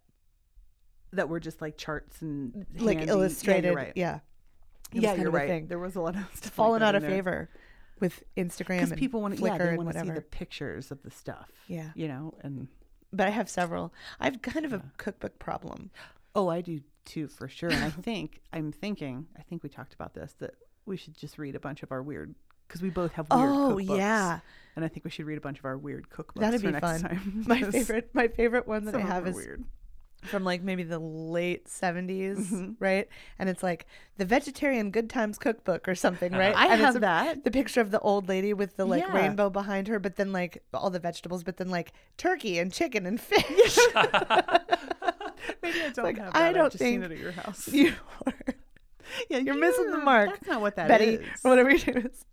D: That were just like charts and
C: like
D: handy-
C: illustrated.
D: Yeah,
C: Yeah, It
D: you're right.
C: was
D: Yeah,
C: kind
D: you're
C: of a
D: right.
C: thing.
D: There was a lot of stuff
C: It's fallen
D: like
C: out
D: that
C: of
D: in there.
C: favor with Instagram
D: because
C: and
D: people want to
C: Flickr
D: yeah, they
C: and
D: want to see
C: whatever.
D: the pictures of the stuff.
C: Yeah.
D: you know, and
C: but I have several. I have kind of a cookbook problem.
D: oh, I do too for sure. And I think I'm thinking. I think we talked about this that we should just read a bunch of our weird because we both have weird.
C: Oh,
D: cookbooks.
C: yeah.
D: and I think we should read a bunch of our weird cookbooks.
C: That'd
D: for
C: be
D: next
C: fun.
D: Time,
C: My
D: 'cause
C: favorite, my favorite one that
D: some
C: I
D: of them
C: have
D: are
C: is
D: weird.
C: from like maybe the late 70s
D: Mm-hmm.
C: right? And it's like the Vegetarian Good Times Cookbook or something, right?
D: I
C: and it's
D: have
C: a-
D: that.
C: The picture of the old lady with the like
D: Yeah.
C: rainbow behind her, but then like all the vegetables, but then like turkey and chicken and fish.
D: Maybe I don't
C: like,
D: have.
C: I
D: that. I've
C: don't
D: just seen
C: think
D: it at your house.
C: you are,
D: yeah,
C: you're missing the mark.
D: That's not what that is.
C: Betty, or whatever your name is.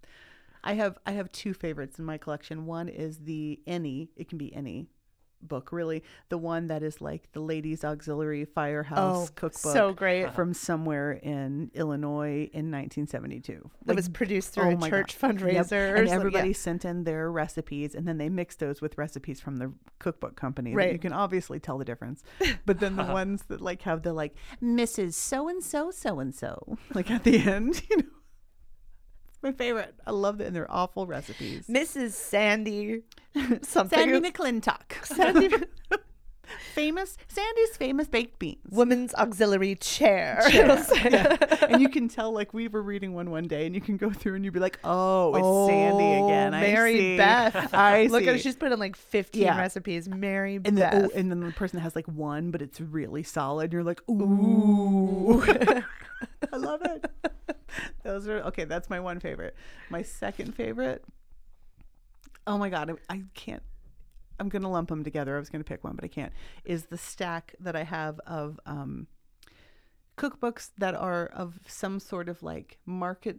D: I have I have two favorites in my collection. One is the any it can be any book really the one that is like the ladies auxiliary firehouse
C: Oh,
D: cookbook
C: so great.
D: from somewhere in illinois in 1972
C: That was produced through
D: oh
C: a
D: my
C: church
D: God.
C: fundraiser.
D: Yep.
C: or
D: and
C: something.
D: everybody
C: Yeah.
D: sent in their recipes and then they mixed those with recipes from the cookbook company that you
C: Right. Uh-huh.
D: can obviously tell the difference but then the ones that like have the like mrs so and so so and so like at the end you know It's my favorite i love that and they're awful recipes
C: Mrs. Sandy, something.
D: sandy mcclintock sandy famous sandy's famous baked beans
C: Women's auxiliary chair. It'll say.
D: and you can tell like we were reading one one day and you can go through and you'd be like oh it's sandy again
C: Oh,
D: I
C: Mary
D: see.
C: Beth.
D: i
C: Look at her.
D: see."
C: She's put in like 15
D: Yeah.
C: recipes. Mary
D: and the,
C: Beth.
D: oh, and then the person that has like one but it's really solid you're like ooh i love it those are okay that's my one favorite my second favorite oh my god i, I can't i'm gonna lump them together i was gonna pick one but i can't is the stack that i have of um cookbooks that are of some sort of like market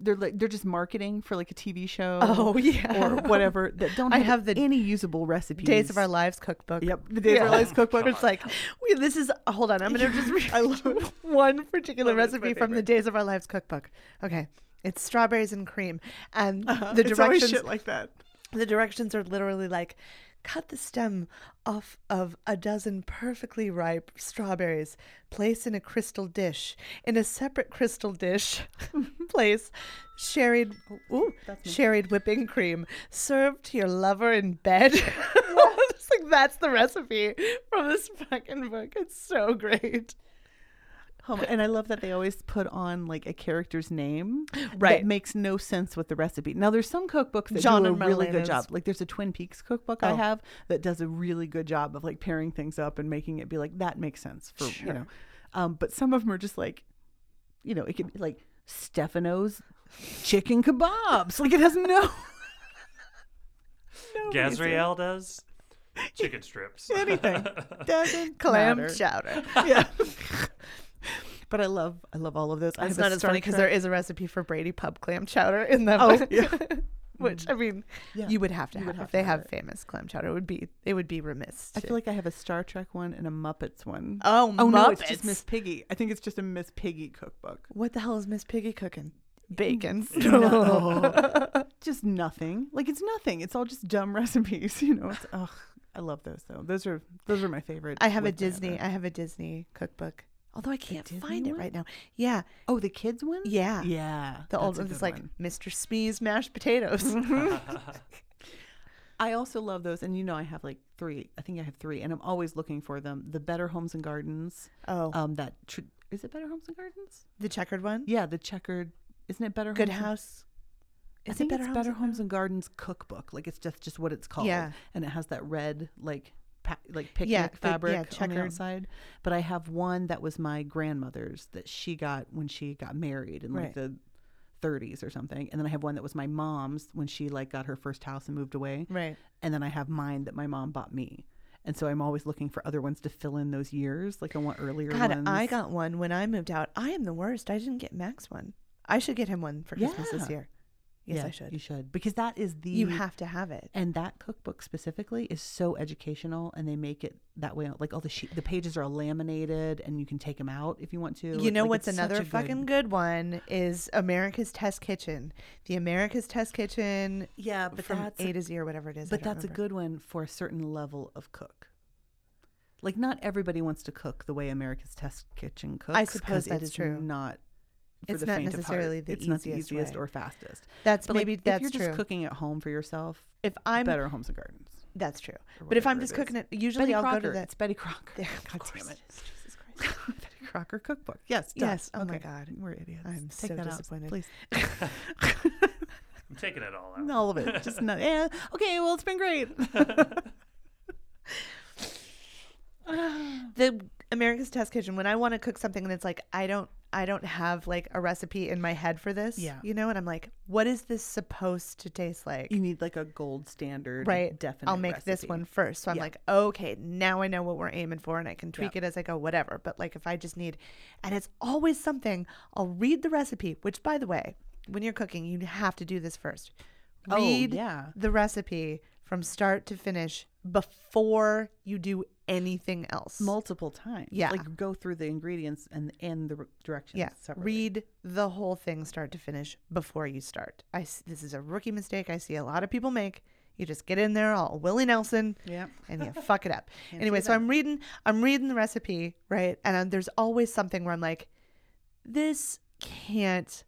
D: they're like they're just marketing for like a TV show
C: Oh, yeah.
D: or whatever that don't
C: I
D: have,
C: have the
D: any usable recipes
C: Days of Our Lives cookbook.
D: Yep, the Days of Our Lives cookbook.
C: It's like, we, this is, hold on, I'm going to just read I love one particular
D: Love it, it's my
C: recipe from the
D: favorite.
C: Days of Our Lives cookbook. Okay. It's strawberries and cream. And the
D: the
C: directions
D: Uh-huh. shit like that.
C: the directions are literally like cut the stem off of a dozen perfectly ripe strawberries place in a crystal dish in a separate crystal dish place sherried ooh, sherried whipping cream served to your lover in bed Just like that's the recipe from this fucking book it's so great
D: Oh my- and I love that they always put on like a character's name
C: Right.
D: that makes no sense with the recipe. Now there's some cookbooks that
C: John
D: do a
C: and
D: really good
C: Marlena's.
D: job. Like there's a Twin Peaks cookbook I
C: Oh.
D: have that does a really good job of like pairing things up and making it be like that makes sense for you know. Um, but some of them are just like, you know, it could be like Stefano's chicken kebabs. Like it has no. no reason.
E: Gazriel does chicken strips.
C: Anything. Doesn't clam
D: matter.
C: chowder.
D: Yeah. but I love I love all of those. I
C: It's
D: have a
C: not as
D: Star
C: funny because there
D: Trek-
C: is a recipe for Brady Pub clam chowder in them.
D: Oh, yeah.
C: Which I mean,
D: Mm. Yeah.
C: you would have to
D: You would
C: have,
D: have
C: if
D: to
C: they
D: have
C: have famous clam chowder. It would be it would be remiss.
D: I
C: to-
D: feel like I have a Star Trek one and a Muppets one.
C: oh,
D: oh
C: Muppets.
D: no, it's just Miss Piggy. I think it's just a Miss Piggy cookbook.
C: What the hell is Miss Piggy cooking? Bacon.
D: Mm. No. just nothing. Like it's nothing. It's all just dumb recipes. You know. It's, ugh, I love those though. Those are those are my favorite.
C: I have a
D: ones
C: Disney.
D: ever.
C: I have a Disney cookbook. Although I can't
D: Disney
C: find it
D: one?
C: right now. Yeah,
D: Oh, the kids one.
C: yeah.
D: Yeah.
C: The old
D: that's a
C: one is
D: good
C: like
D: one. Uh-huh.
C: Mr. Smee's mashed potatoes.
D: I also love those, and you know I have like three. I think I have three, and I'm always looking for them. The Better Homes and Gardens.
C: oh,
D: Um, that tr- is it Better Homes and Gardens?
C: the checkered one.
D: Yeah, the checkered. Isn't it Better
C: Good
D: Homes and-
C: House.
D: I
C: Is it
D: think
C: Better
D: it's
C: Homes
D: Better
C: and
D: Homes and Gardens cookbook. Like it's just just what it's called.
C: Yeah.
D: and it has that red like. Pa- like picnic
C: Yeah, fi- yeah,
D: fabric on
C: checkered.
D: the outside, but I have one that was my grandmother's that she got when she got married in
C: Right.
D: like the 30s or something, and then I have one that was my mom's when she like got her first house and moved away
C: Right.
D: and then I have mine that my mom bought me. And so I'm always looking for other ones to fill in those years. Like I want earlier
C: God,
D: ones.
C: I got one when I moved out. I am the worst. I didn't get Max one. I should get him one for Christmas this
D: Yeah.
C: year. Yes,
D: Yeah,
C: I
D: You
C: should.
D: should because that is the
C: You have to have it.
D: and that cookbook specifically is so educational, and they make it that way. Like all the sheet, the pages are all laminated, and you can take them out if you want to.
C: You know
D: Like,
C: what's
D: it's such
C: another
D: a good-
C: fucking good one is America's Test Kitchen. The America's Test Kitchen uh,
D: yeah, but
C: from
D: that's
C: A to Z or whatever it is. I
D: but
C: don't
D: that's a
C: remember.
D: good one for a certain level of cook. Like not everybody wants to cook the way America's Test Kitchen cooks. 'cause
C: suppose that's
D: it is
C: true.
D: Not. For
C: It's
D: the
C: not
D: faint
C: necessarily
D: of heart.
C: the
D: it's not the
C: easiest
D: easiest
C: way.
D: or fastest.
C: That's
D: But
C: maybe
D: like,
C: that's
D: if you're
C: true.
D: just cooking at home for yourself,
C: if I'm
D: Better Homes and Gardens.
C: that's true. But if I'm
D: whatever
C: just
D: it is.
C: cooking it, usually I'll
D: Crocker.
C: go to that.
D: It's Betty Crocker.
C: Yeah, of
D: God
C: course
D: damn it.
C: it is. Jesus Christ.
D: Betty Crocker cookbook. Yes. duh.
C: Yes. Oh my
D: Okay.
C: God.
D: We're idiots.
C: I'm
D: Take
C: so
D: that out,
C: disappointed.
D: please.
E: I'm taking it all out.
D: All of it. Just not. Yeah. Okay. Well, it's been great.
C: the America's Test Kitchen when I want to cook something and it's like I don't I don't have like a recipe in my head for this.
D: Yeah.
C: You know, and I'm like, what is this supposed to taste like?
D: You need like a gold standard.
C: right.
D: Definite.
C: I'll make this
D: recipe.
C: one first. So I'm
D: Yeah.
C: like, okay, now I know what we're aiming for and I can tweak it as I go, whatever. But like if I just need and it's always something, I'll read the recipe, which by the way, when you're cooking, you have to do this first.
D: Oh,
C: Read
D: yeah.
C: the recipe from start to finish before you do anything else.
D: multiple times.
C: Yeah.
D: Like go through the ingredients and and the r- directions.
C: Yeah,
D: Separately.
C: read the whole thing start to finish before you start. I s- this is a rookie mistake I see a lot of people make. You just get in there all Willie Nelson,
D: Yep.
C: and you fuck it up. anyway, so I'm reading, I'm reading the recipe, right? And um, there's always something where I'm like, this can't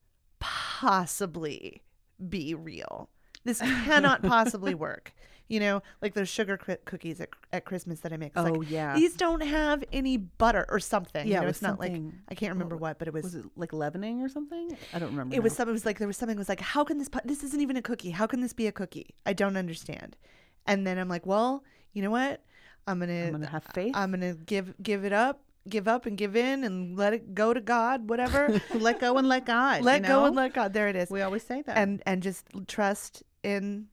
C: possibly be real. This cannot possibly work. You know, like those sugar cri- cookies at, at Christmas that I make. It's
D: Oh,
C: like,
D: yeah.
C: These don't have any butter or something.
D: Yeah,
C: you
D: it
C: know,
D: was
C: it's not like,
D: something-
C: I can't remember what, but it was,
D: Was it like leavening or something? I don't remember.
C: it was
D: now.
C: something. It was like there was something. that Was like, how can this? po- This isn't even a cookie. How can this be a cookie? I don't understand. And then I'm like, well, you know what? I'm gonna.
D: I'm gonna have faith.
C: I'm gonna give give it up, give up, and give in, and let it go to God. Whatever.
D: let go and let God.
C: let
D: you
C: go
D: know?
C: and let God. There it is.
D: We always say that.
C: and and just trust in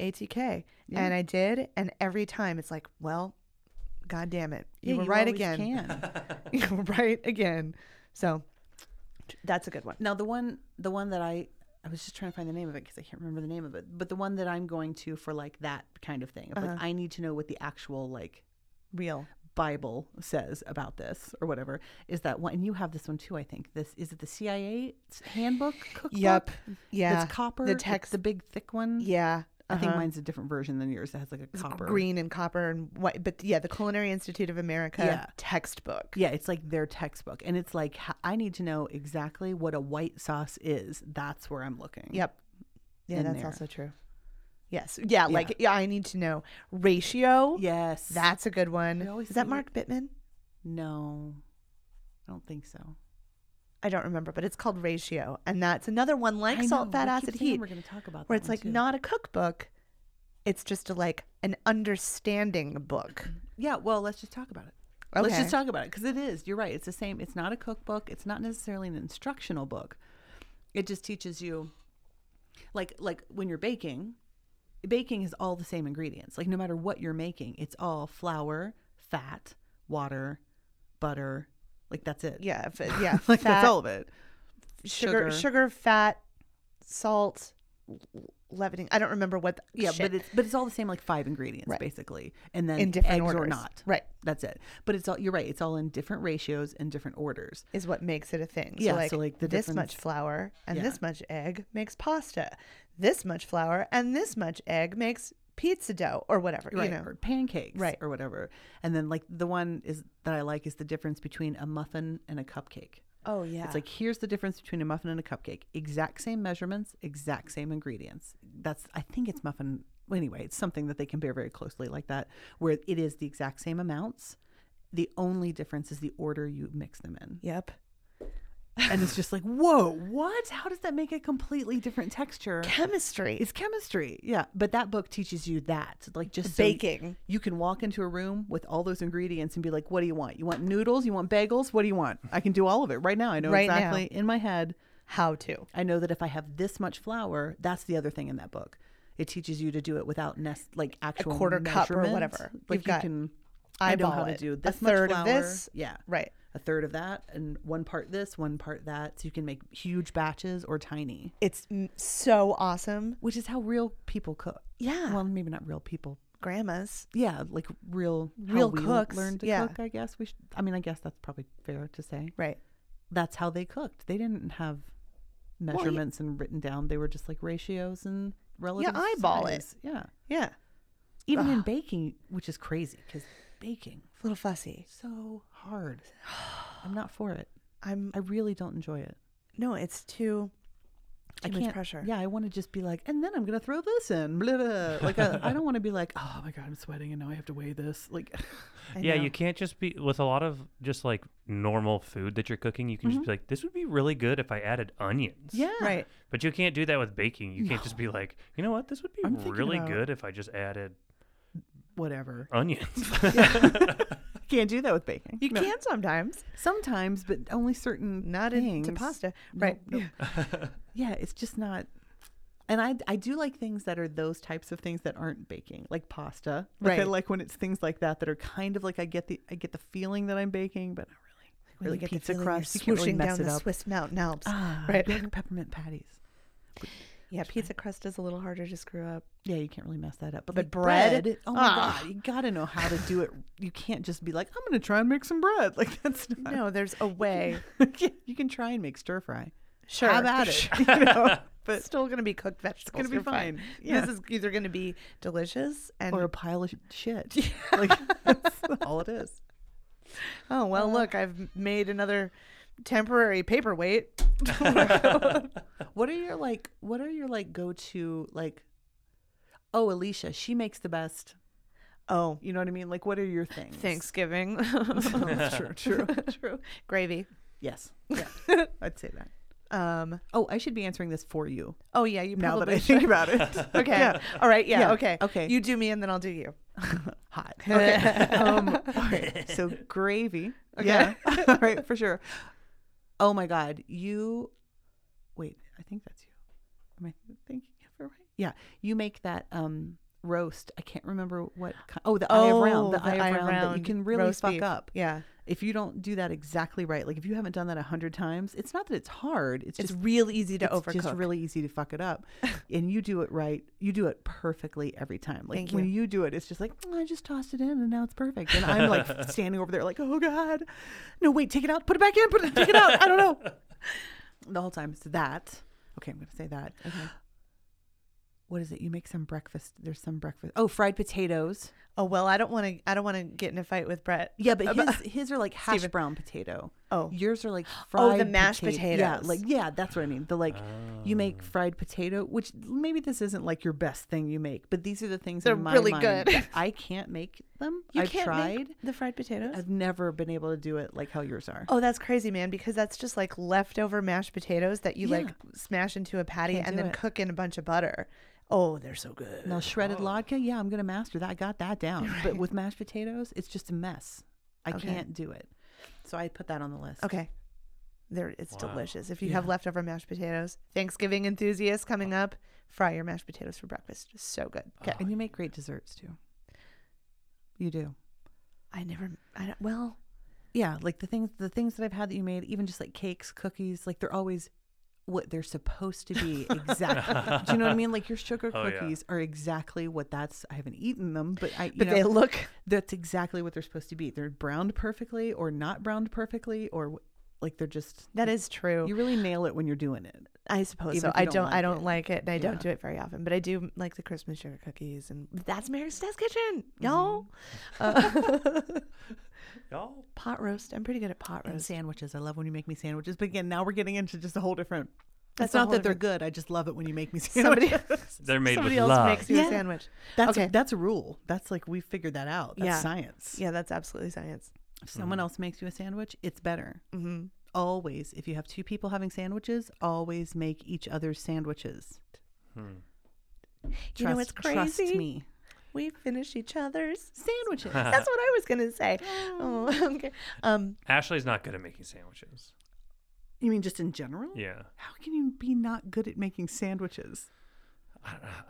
C: ATK. And I did. And every time it's like, well, God damn it, you
D: Yeah,
C: were right
D: always
C: again.
D: can.
C: you were right again. So t- that's a good one.
D: now the one, the one that I, I was just trying to find the name of it because I can't remember the name of it. But the one that I'm going to for like that kind of thing. Of
C: Uh-huh.
D: Like I need to know what the actual like
C: Real.
D: Bible says about this or whatever. Is that one? And you have this one too. I think this is it. The CIA handbook cookbook.
C: Yep. Yeah.
D: It's copper.
C: The
D: It's
C: text.
D: the big thick one.
C: yeah.
D: I think
C: uh-huh.
D: mine's a different version than yours. It has like a copper.
C: green and copper and white. But yeah, the Culinary Institute of America
D: Yeah.
C: textbook.
D: Yeah, it's like their textbook, and it's like h- I need to know exactly what a white sauce is. That's where I'm looking.
C: Yep. Yeah,
D: in
C: that's
D: there.
C: also true. Yes. Yeah, like yeah, I need to know ratio.
D: Yes.
C: That's a good one.
D: We always
C: Is that
D: say
C: Mark Bittman?
D: No, I don't think so.
C: I don't remember, but it's called ratio, and that's another one like
D: I
C: salt,
D: know,
C: fat,
D: we keep
C: acid,
D: saying
C: heat,
D: We're going to talk about
C: where
D: that
C: it's
D: one,
C: like
D: too.
C: not a cookbook. It's just a, like an understanding book.
D: Yeah. Well, let's just talk about it. Let's
C: Okay.
D: just talk about it because it is. You're right. It's the same. It's not a cookbook. It's not necessarily an instructional book, It just teaches you, like like when you're baking, baking is all the same ingredients. Like no matter what you're making, it's all flour, fat, water, butter. Like that's it.
C: Yeah, if it- yeah.
D: like
C: fat,
D: that's all of it.
C: sugar,
D: sugar.
C: sugar, fat, salt, l- leavening. I don't remember what. The,
D: Yeah,
C: shit.
D: but it's but it's all the same like five ingredients
C: Right.
D: basically, and then
C: in different
D: eggs
C: orders
D: or not.
C: Right,
D: That's it. But it's all you're right. It's all in different ratios and different orders.
C: is what makes it a thing. So
D: Yeah,
C: like,
D: so, like, the
C: this much
D: difference-
C: flour and
D: Yeah.
C: this much egg makes pasta. This much flour and this much egg makes pizza dough or whatever.
D: right,
C: You know,
D: or pancakes,
C: Right.
D: or whatever. And then like the one is that I like is the difference between a muffin and a cupcake.
C: Oh yeah.
D: It's like here's the difference between a muffin and a cupcake. Exact same measurements, exact same ingredients. That's I think it's muffin. well, Anyway, it's something that they compare very closely like that, where it is the exact same amounts. The only difference is the order you mix them in.
C: yep.
D: And it's just like, whoa, what? How does that make a completely different texture?
C: Chemistry.
D: It's chemistry. Yeah. But that book teaches you that. Like just so
C: baking.
D: you can walk into a room with all those ingredients and be like, what do you want? You want noodles? You want bagels? What do you want? I can do all of it right now. I know
C: Right now.
D: exactly in my head.
C: How to?
D: I know that if I have this much flour, that's the other thing in that book. It teaches you to do it without nest like actual
C: quarter cup or
D: measurement.
C: whatever.
D: Like
C: You've
D: you
C: got-
D: can I know how
C: Eyeball
D: to
C: it.
D: do
C: A
D: this
C: third
D: much
C: of
D: flour.
C: this.
D: Yeah.
C: Right.
D: A third of that and one part this, one part that. So you can make huge batches or tiny.
C: It's m- so awesome.
D: Which is how real people cook.
C: Yeah.
D: Well, maybe not real people,
C: Grandmas.
D: yeah, like real how
C: Real
D: we
C: cooks,
D: learned to
C: yeah.
D: cook. I guess we. Should, I mean, I guess that's probably fair to say.
C: Right.
D: That's how they cooked. They didn't have
C: yeah.
D: measurements and written down. They were just like ratios and relative.
C: eyeball it.
D: size. Yeah,
C: Yeah.
D: even in baking, which is crazy because baking
C: It's a little fussy.
D: so hard. I'm not for it.
C: I'm.
D: I really don't enjoy it.
C: No, it's too.
D: I
C: Too much pressure.
D: Yeah, I want to just be like, and then I'm gonna throw this in. Blah, blah. Like uh, I I don't want to be like, oh my god, I'm sweating and now I have to weigh this. Like,
C: I
E: yeah,
C: know.
E: you can't just be with a lot of just like normal food that you're cooking. You can just be like, this would be really good if I added onions.
D: yeah,
C: Right.
E: But you can't do that with baking. You can't just be like, you know what, this would be
D: I'm thinking
E: really
D: about-
E: good if I just added
D: whatever.
E: onions.
D: Can't do that with baking.
C: You can sometimes.
D: Sometimes, but only certain
C: Not
D: things.
C: into pasta. Right.
D: Yeah, it's just not. And I I do like things that are those types of things that aren't baking, like pasta. Like I
C: Right.
D: like when it's things like that that are kind of like I get the I get the feeling that I'm baking, but not really.
C: Really
D: Really
C: get the
D: pizza
C: feeling
D: crust. You
C: You're
D: can't really
C: swooshing
D: mess
C: down
D: it
C: the
D: up.
C: Swiss Mountain Alps.
D: Ah,
C: right.
D: like peppermint patties.
C: Yeah, pizza crust is a little harder to screw up.
D: Yeah, you can't really mess that up. But,
C: But
D: like
C: bread?
D: oh my
C: Ah.
D: god, you gotta know how to do it. You can't just be like, I'm gonna try and make some bread. Like that's not.
C: No, there's a way.
D: you can try and make stir fry.
C: Sure.
D: How about it? You know?
C: But still going to be cooked vegetables.
D: gonna be
C: You're
D: fine. Yeah.
C: This is either going to be delicious and
D: or a pile of shit. Like that's all it is.
C: oh well, look, I've made another temporary paperweight.
D: What are your like? What are your like go to like? Oh, Alicia, she makes the best.
C: Oh,
D: You know what I mean? Like, what are your things?
C: Thanksgiving.
D: true, true, true.
C: Gravy.
D: Yes, yeah, I'd say that.
C: Um.
D: Oh, I should be answering this for you
C: Oh yeah, you
D: now
C: probably
D: that I
C: should.
D: think about it.
C: Okay. All right. Yeah,
D: Yeah,
C: Okay.
D: okay.
C: You do me, and then I'll do you.
D: Hot. Okay. um, all right. So gravy.
C: Okay.
D: Yeah. all right, for sure. Oh my God, you. Wait, I think that's you. Am I thinking of it right? Yeah, you make that um roast. I can't remember what. Kind, oh, the eye of round. The, eye of round, that you can really
C: roast
D: fuck
C: beef.
D: up
C: Yeah.
D: if you don't do that exactly right. Like if you haven't done that a hundred times, it's not that it's hard. It's,
C: It's
D: just
C: real easy to
D: it's
C: overcook.
D: just really easy to fuck it up. and you do it right. You do it perfectly every time. Like
C: Thank
D: when you. do it, it's just like, "Oh, I just tossed it in and now it's perfect. And I'm like standing over there like, oh God. No, wait, take it out, put it back in, put it take it out. I don't know. The whole time. So that. Okay, I'm gonna say that. What is it? You make some breakfast. There's some breakfast. Oh, fried potatoes.
C: oh well, I don't want to. I don't want to get in a fight with Brett.
D: Yeah, but
C: About-
D: his, his are like hash
C: Uh, Steven.
D: brown potato.
C: Oh.
D: Yours are like fried.
C: Oh, the mashed
D: potato- Yeah,
C: potatoes.
D: like yeah, that's what I mean. The like you make fried potato, which maybe this isn't like your best thing you make, but these are the things
C: They're
D: in my
C: really
D: mind
C: good.
D: that I can't make them.
C: You
D: I've
C: can't
D: tried.
C: make the fried potatoes.
D: I've never been able to do it like how yours are.
C: Oh, that's crazy, man, because that's just like leftover mashed potatoes that you
D: Yeah.
C: like smash into a patty
D: Can't
C: and
D: do
C: then
D: it.
C: cook in a bunch of butter. Oh, they're so good.
D: Now shredded vodka, yeah, I'm gonna master that. I got that down. But with mashed potatoes, it's just a mess. I can't do it. So I put that on the list.
C: Okay. There, it's
E: Wow.
C: delicious. If you have leftover mashed potatoes, Thanksgiving enthusiasts coming up, fry your mashed potatoes for breakfast. So good. Okay.
D: And you make great desserts too. You do.
C: I never. I don't, well,
D: Yeah, like the things the things that I've had that you made, even just like cakes, cookies, like they're always what they're supposed to be exactly. do you know what I mean? Like your sugar
E: Oh, yeah.
D: cookies are exactly what that's. I haven't eaten them, but I. You
C: but
D: know,
C: they look.
D: that's exactly what they're supposed to be. They're browned perfectly, or not browned perfectly, or w- like they're just.
C: That is true.
D: You really nail it when you're doing it.
C: I suppose
D: even
C: so.
D: if you
C: I
D: don't
C: don't. I
D: like
C: don't
D: it.
C: like it, and I
D: Yeah.
C: don't do it very often. But I do like the Christmas sugar cookies, and that's Mary's Test Kitchen,
D: Mm-hmm.
C: y'all. Uh,
E: Y'all.
C: pot roast. I'm pretty good at pot
D: And
C: roast.
D: sandwiches. I love when you make me sandwiches. But again, now we're getting into just a whole different.
C: That's
D: it's
C: a
D: not
C: whole
D: that they're good. I just love it when you make me sandwiches.
C: Somebody,
E: They're made
C: somebody
E: with
C: else
E: love.
C: makes you
D: Yeah.
C: a sandwich.
D: That's
C: okay.
D: that's a rule. That's like we figured that out. That's
C: Yeah.
D: science.
C: yeah, that's absolutely science.
D: If someone else makes you a sandwich, it's better.
C: hmm
D: Always, if you have two people having sandwiches, always make each other's sandwiches.
E: Hmm.
D: Trust,
C: You know what's
D: Trust
C: crazy?
D: me.
C: We finish each other's
D: Sandwiches.
E: Uh,
C: That's what I was gonna say. Oh, okay. Um,
E: Ashley's not good at making sandwiches.
D: you mean just in general?
E: Yeah.
D: How can you be not good at making sandwiches?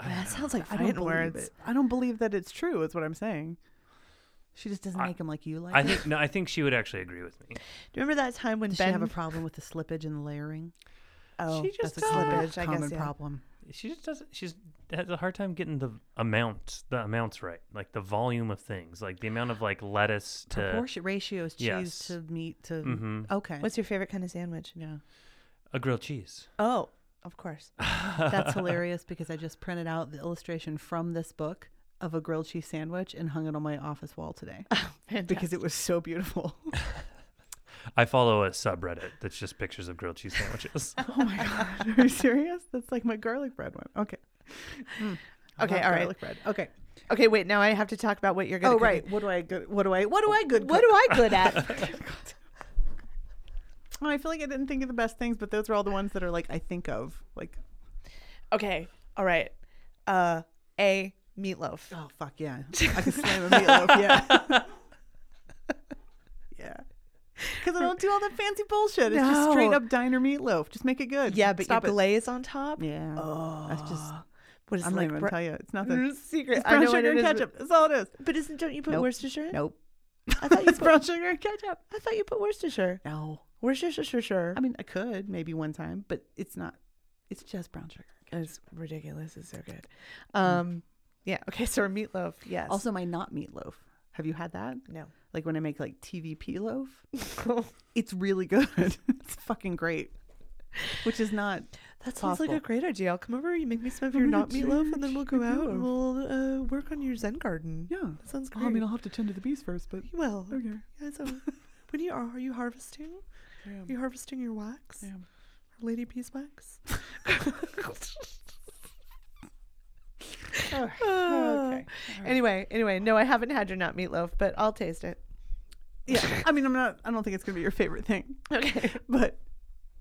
C: that sounds like
D: I don't
C: fighting
D: believe
C: words.
D: it. I don't believe that it's true. Is what I'm saying. She just doesn't 'em make them like you like.
E: I
D: 'em.
E: think no, I think she would actually agree with
C: Do
E: me.
C: you remember that time when
D: Does
C: Ben?
D: she have a problem with the slippage and the layering?
C: oh,
E: She just
D: That's a
E: does.
D: common,
C: Slippage, I guess,
D: common
C: yeah.
D: problem.
E: She just doesn't. She's has a hard time getting the amount, the amounts right, like the volume of things, like the amount of like lettuce to.
D: Proportion ratios, cheese
E: Yes.
D: to meat to.
E: Mhm.
D: Okay.
C: What's your favorite kind of sandwich?
D: yeah.
E: A grilled cheese.
C: Oh, of course.
D: That's hilarious because I just printed out the illustration from this book of a grilled cheese sandwich and hung it on my office wall today because it was so beautiful.
E: I follow a subreddit that's just pictures of grilled cheese sandwiches.
D: oh my god, are you serious? That's like my garlic bread one. Okay. I
C: Okay,
D: love
C: all right.
D: Garlic bread. Okay.
C: Okay, wait. Now I have to talk about what you're gonna.
D: oh
C: cook.
D: right. What do I good? What do I? What do I good?
C: What
D: cook?
C: do I good at?
D: Oh, I feel like I didn't think of the best things, but those were all the ones that are like I think of. Like
C: okay. All right. Uh, a meatloaf.
D: oh fuck yeah, I could slam a meatloaf. Yeah. yeah. Because I don't do all that fancy bullshit. It's just straight
C: No.
D: up diner meatloaf. Just make it good.
C: Yeah, but
D: Stop
C: your
D: it.
C: glaze on top.
D: Yeah. Oh, that's just.
C: What is
D: I'm
C: it,
D: not
C: like?
D: even
C: br- Mm,
D: gonna tell you. It's nothing.
C: secret.
D: It's brown
C: I know what
D: sugar
C: it
D: and
C: is, but-
D: ketchup. That's all it is.
C: But isn't don't you put
D: Nope.
C: Worcestershire? in?
D: Nope.
C: I thought you
D: It's
C: put,
D: brown sugar and ketchup.
C: I thought you put Worcestershire.
D: No.
C: Worcestershire.
D: I mean, I could maybe one time, but it's not. It's just brown sugar.
C: It's ridiculous. It's so good. Um, yeah. Okay. So our meatloaf. Yes.
D: Also, my not meatloaf. Have you had that?
C: no.
D: Like when I make like TVP loaf, it's really good. it's fucking great. Which is not.
C: that sounds like
D: possible.
C: a great idea. I'll come over. You make me some of your not meatloaf, and then we'll go out and
D: meatloaf.
C: we'll uh, work on your Zen garden.
D: Yeah.
C: That sounds
D: Well,
C: great.
D: I mean, I'll have to tend to the bees first, but
C: well,
D: okay.
C: yeah. So, when you are, are you harvesting? Are you harvesting your wax?
D: Yeah.
C: Lady Peace wax?
D: All
C: Uh,
D: right. Okay.
C: Anyway, anyway, no, I haven't had your not meatloaf, but I'll taste it.
D: Yeah. I mean, I'm not. I don't think it's gonna be your favorite thing,
C: Okay.
D: but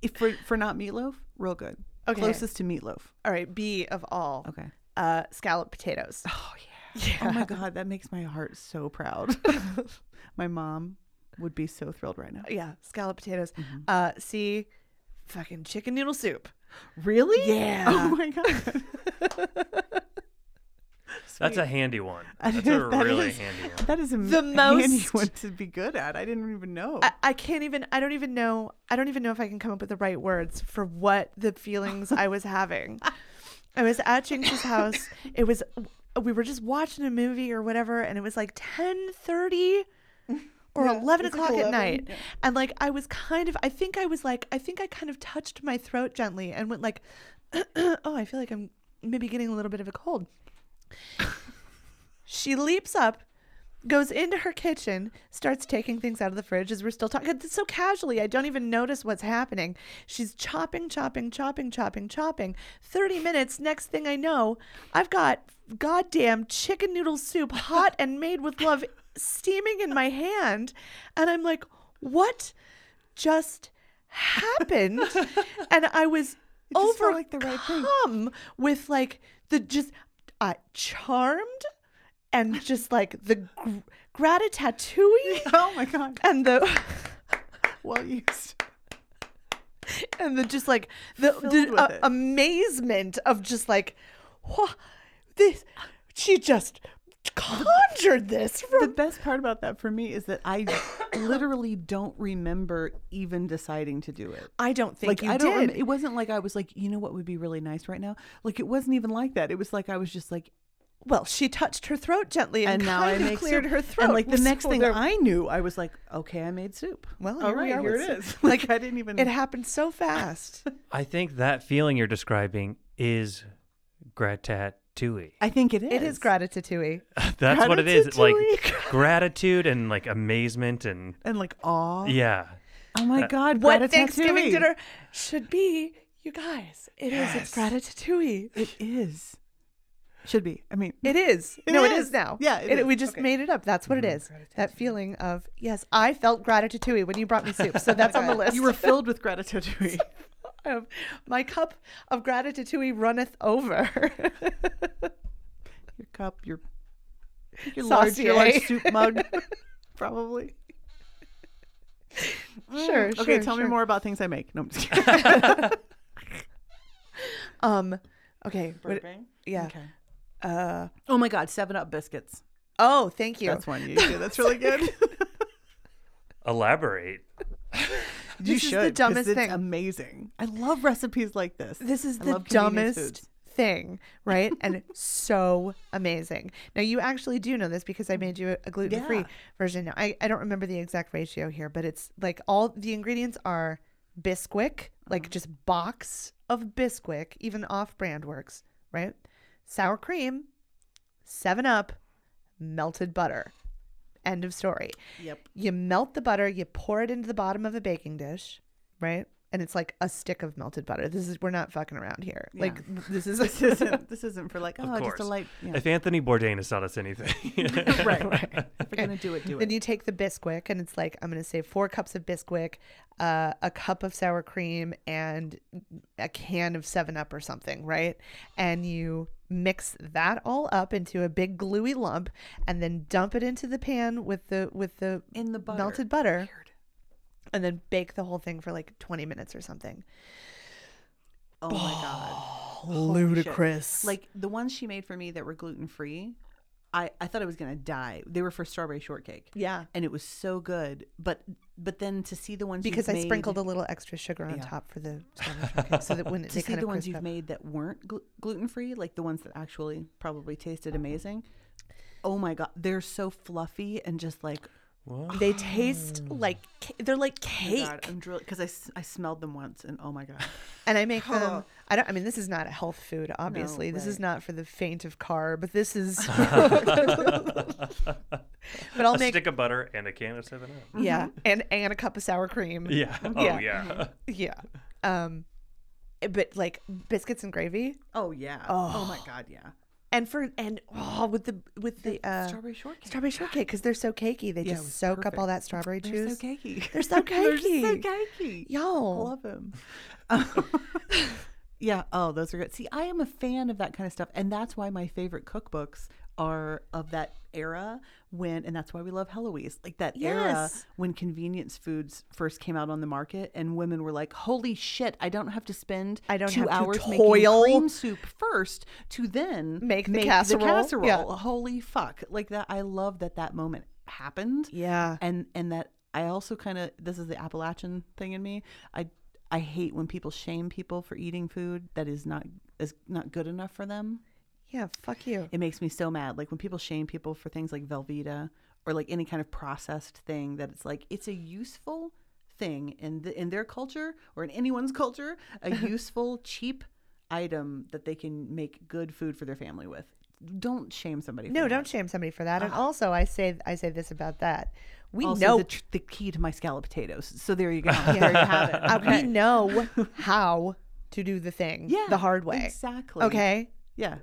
D: if for for not meatloaf, real good.
C: Okay.
D: Closest to meatloaf.
C: All right. B of all.
D: Okay.
C: Uh, scallop potatoes.
D: Oh yeah. Oh my god, that makes my heart so proud. my mom would be so thrilled right now.
C: Yeah, scallop potatoes.
D: Mm-hmm.
C: Uh, C, fucking chicken noodle soup.
D: Really?
C: Yeah.
D: Oh my god.
E: That's a handy one.
D: I
E: That's
D: know,
E: a
D: that
E: really
D: is-
E: handy one.
D: That is a
C: The
D: the most
C: most-
D: one to be good at. I didn't even know.
C: I, I can't even. I don't even know. I don't even know if I can come up with the right words for what the feelings I was having. I was at Jinx's house. It was. We were just watching a movie or whatever, and it was like ten thirty. Or
D: Yeah,
C: eleven
D: it's like
C: o'clock at
D: 11,
C: night,
D: yeah.
C: and like I was kind of, I think I was like, I think I kind of touched my throat gently and went like, oh, I feel like I'm maybe getting a little bit of a cold. She leaps up, goes into her kitchen, starts taking things out of the fridge as we're still talking. It's so casually, I don't even notice what's happening. She's chopping, chopping, chopping, chopping, chopping. 30 minutes, next thing I know, I've got goddamn chicken noodle soup, hot and made with love, steaming in my hand. And I'm like, what just happened? and I was
D: just felt
C: overcome
D: like the right thing.
C: with like the just uh, charmed and just like the gr- grata tattooing
D: oh my god.
C: and the
D: Well used.
C: and then just like the,
D: Filled
C: the
D: with
C: a-
D: it.
C: amazement of just like, wha this, she just conjured this
D: The
C: from.
D: best part about that for me is that I literally don't remember even deciding to do it.
C: I don't think
D: like
C: you
D: I don't.
C: did.
D: Rem- it wasn't like I was like, you know what would be really nice right now. Like it wasn't even like that. It was like I was just like,
C: well, she touched her throat gently and,
D: and now I
C: kind
D: make
C: of cleared
D: soup.
C: her throat.
D: And like the next
C: So
D: thing
C: there-
D: I knew, I was like, okay, I made soup.
C: Well,
D: all
C: here we
D: right,
C: are
D: here
C: with
D: Oh, it
C: soup.
D: is. Like I didn't even.
C: it happened so fast.
E: I think that feeling you're describing is gratatouille.
D: I think it is.
C: it is gratitude.
E: That's what it is. Like
D: Gratitude.
E: gratitude and like amazement and
D: And like awe.
E: yeah.
D: Oh my God.
C: What
D: gratatouille.
C: Thanksgiving dinner should be, you guys. It is. It's gratitude.
D: It is. Should be. I mean,
C: It is.
D: It
C: no, it
D: is.
C: is now.
D: Yeah, it
C: It-
D: is.
C: we just
D: Okay. Mm.
C: made it up. That's what it is. That feeling of yes, I felt gratitude when you brought me soup. So that's on the list.
D: you were filled with gratitude.
C: Um, my cup of gratitude runneth over.
D: your cup, your your large,
C: Saucier.
D: your large soup mug, probably. Mm,
C: sure.
D: Okay,
C: sure,
D: tell
C: sure.
D: me more about things I make. No, I'm just kidding.
C: Um. Okay. what- yeah.
D: Okay.
C: Uh.
D: Oh my God, Seven Up biscuits.
C: Oh, thank you.
D: That's one you do. That's really good.
E: Elaborate.
D: you
C: This is the
D: should. 'cause
C: dumbest
D: it's
C: thing.
D: Amazing. I love recipes like this.
C: This is
D: I
C: the
D: love convenience
C: dumbest
D: foods.
C: thing, right? and so amazing. Now you actually do know this because I made you a- a gluten-free
D: Yeah.
C: version. Now I, I don't remember the exact ratio here, but it's like all the ingredients are Bisquick,
D: Uh-huh.
C: like just box of Bisquick, even off-brand works, right? Sour cream, 7 up, melted butter. End of story.
D: Yep.
C: You melt the butter, you pour it into the bottom of a baking dish, right? And it's like a stick of melted butter. This is we're not fucking around here. Like this is
D: This isn't. This isn't for like.
E: Of
D: Oh,
E: course.
D: just a light. You know.
E: If Anthony Bourdain has taught us anything,
D: right, right. If we're gonna do it, do
C: Then
D: it.
C: you take the Bisquick, and it's like I'm gonna say four cups of Bisquick, uh, a cup of sour cream, and a can of Seven Up or something, right? And you mix that all up into a big gluey lump, and then dump it into the pan with the with the
D: In the butter.
C: melted butter, and then bake the whole thing for like 20 minutes or something.
D: Oh my God.
C: Oh, Ludicrous.
D: Like the ones she made for me that were gluten free, I, I thought I was gonna die. They were for strawberry shortcake.
C: Yeah.
D: And it was so good. But but then to see the ones
C: because
D: you've
C: I
D: made-
C: sprinkled a little extra sugar on top for the Spanish cooking, so that when it
D: to
C: they
D: see
C: kind
D: the
C: of
D: ones
C: crisp
D: you've
C: up.
D: made that weren't gl- gluten free, like the ones that actually probably tasted amazing. Oh my god, they're so fluffy and just like
C: they taste
D: Mm.
C: like ca- they're like
D: Oh
C: cake.
D: because I, s- I smelled them once and oh my god,
C: and I make them. I don't. I mean, this is not a health food. Obviously, this is
D: right.
C: not for the faint of carb. This is. but I'll
E: a
C: make
E: stick of butter and a can of Seven Up.
C: yeah, and and a cup of sour cream.
E: Yeah. Oh
C: Yeah.
E: yeah.
C: yeah. Um, but like biscuits and gravy,
D: oh yeah, oh, my god, yeah,
C: and for and oh, with the with the, uh,
D: strawberry shortcake.
C: strawberry shortcake because they're so cakey. They
D: Yeah, it was
C: just soak up all
D: perfect.
C: that strawberry
D: They're
C: juice.
D: so cakey.
C: They're so
D: They're so
C: cakey.
D: cakey. I
C: Y'all.
D: love him. yeah. Oh, those are good. See, I am a fan of that kind of stuff, and that's why my favorite cookbooks are of that era when, and that's why we love Heloise, like that era
C: Yes.
D: when convenience foods first came out on the market, and women were like, "Holy shit! I don't have to spend
C: I don't
D: two
C: have to
D: hours
C: toil."
D: making cream soup first to then
C: Make the casserole." Yeah.
D: casserole. Holy fuck! Like that. I love that that moment happened
C: Yeah.
D: and and that I also kind of this is the Appalachian thing in me. I I hate when people shame people for eating food that is not is not good enough for them.
C: Yeah. Fuck you.
D: It makes me so mad. Like when people shame people for things like Velveeta or like any kind of processed thing that it's like it's a useful thing in the, in their culture or in anyone's culture, a useful cheap item that they can make good food for their family with. Don't shame somebody.
C: No,
D: for
C: don't shame somebody for that. And also, I say I say this about that. We
D: Uh-huh. Also,
C: know
D: the, tr- the key to my scallop potatoes. So there you go. There you have it.
C: uh, we know how to do the thing
D: Yeah,
C: the hard way.
D: exactly.
C: Okay.
D: Yeah.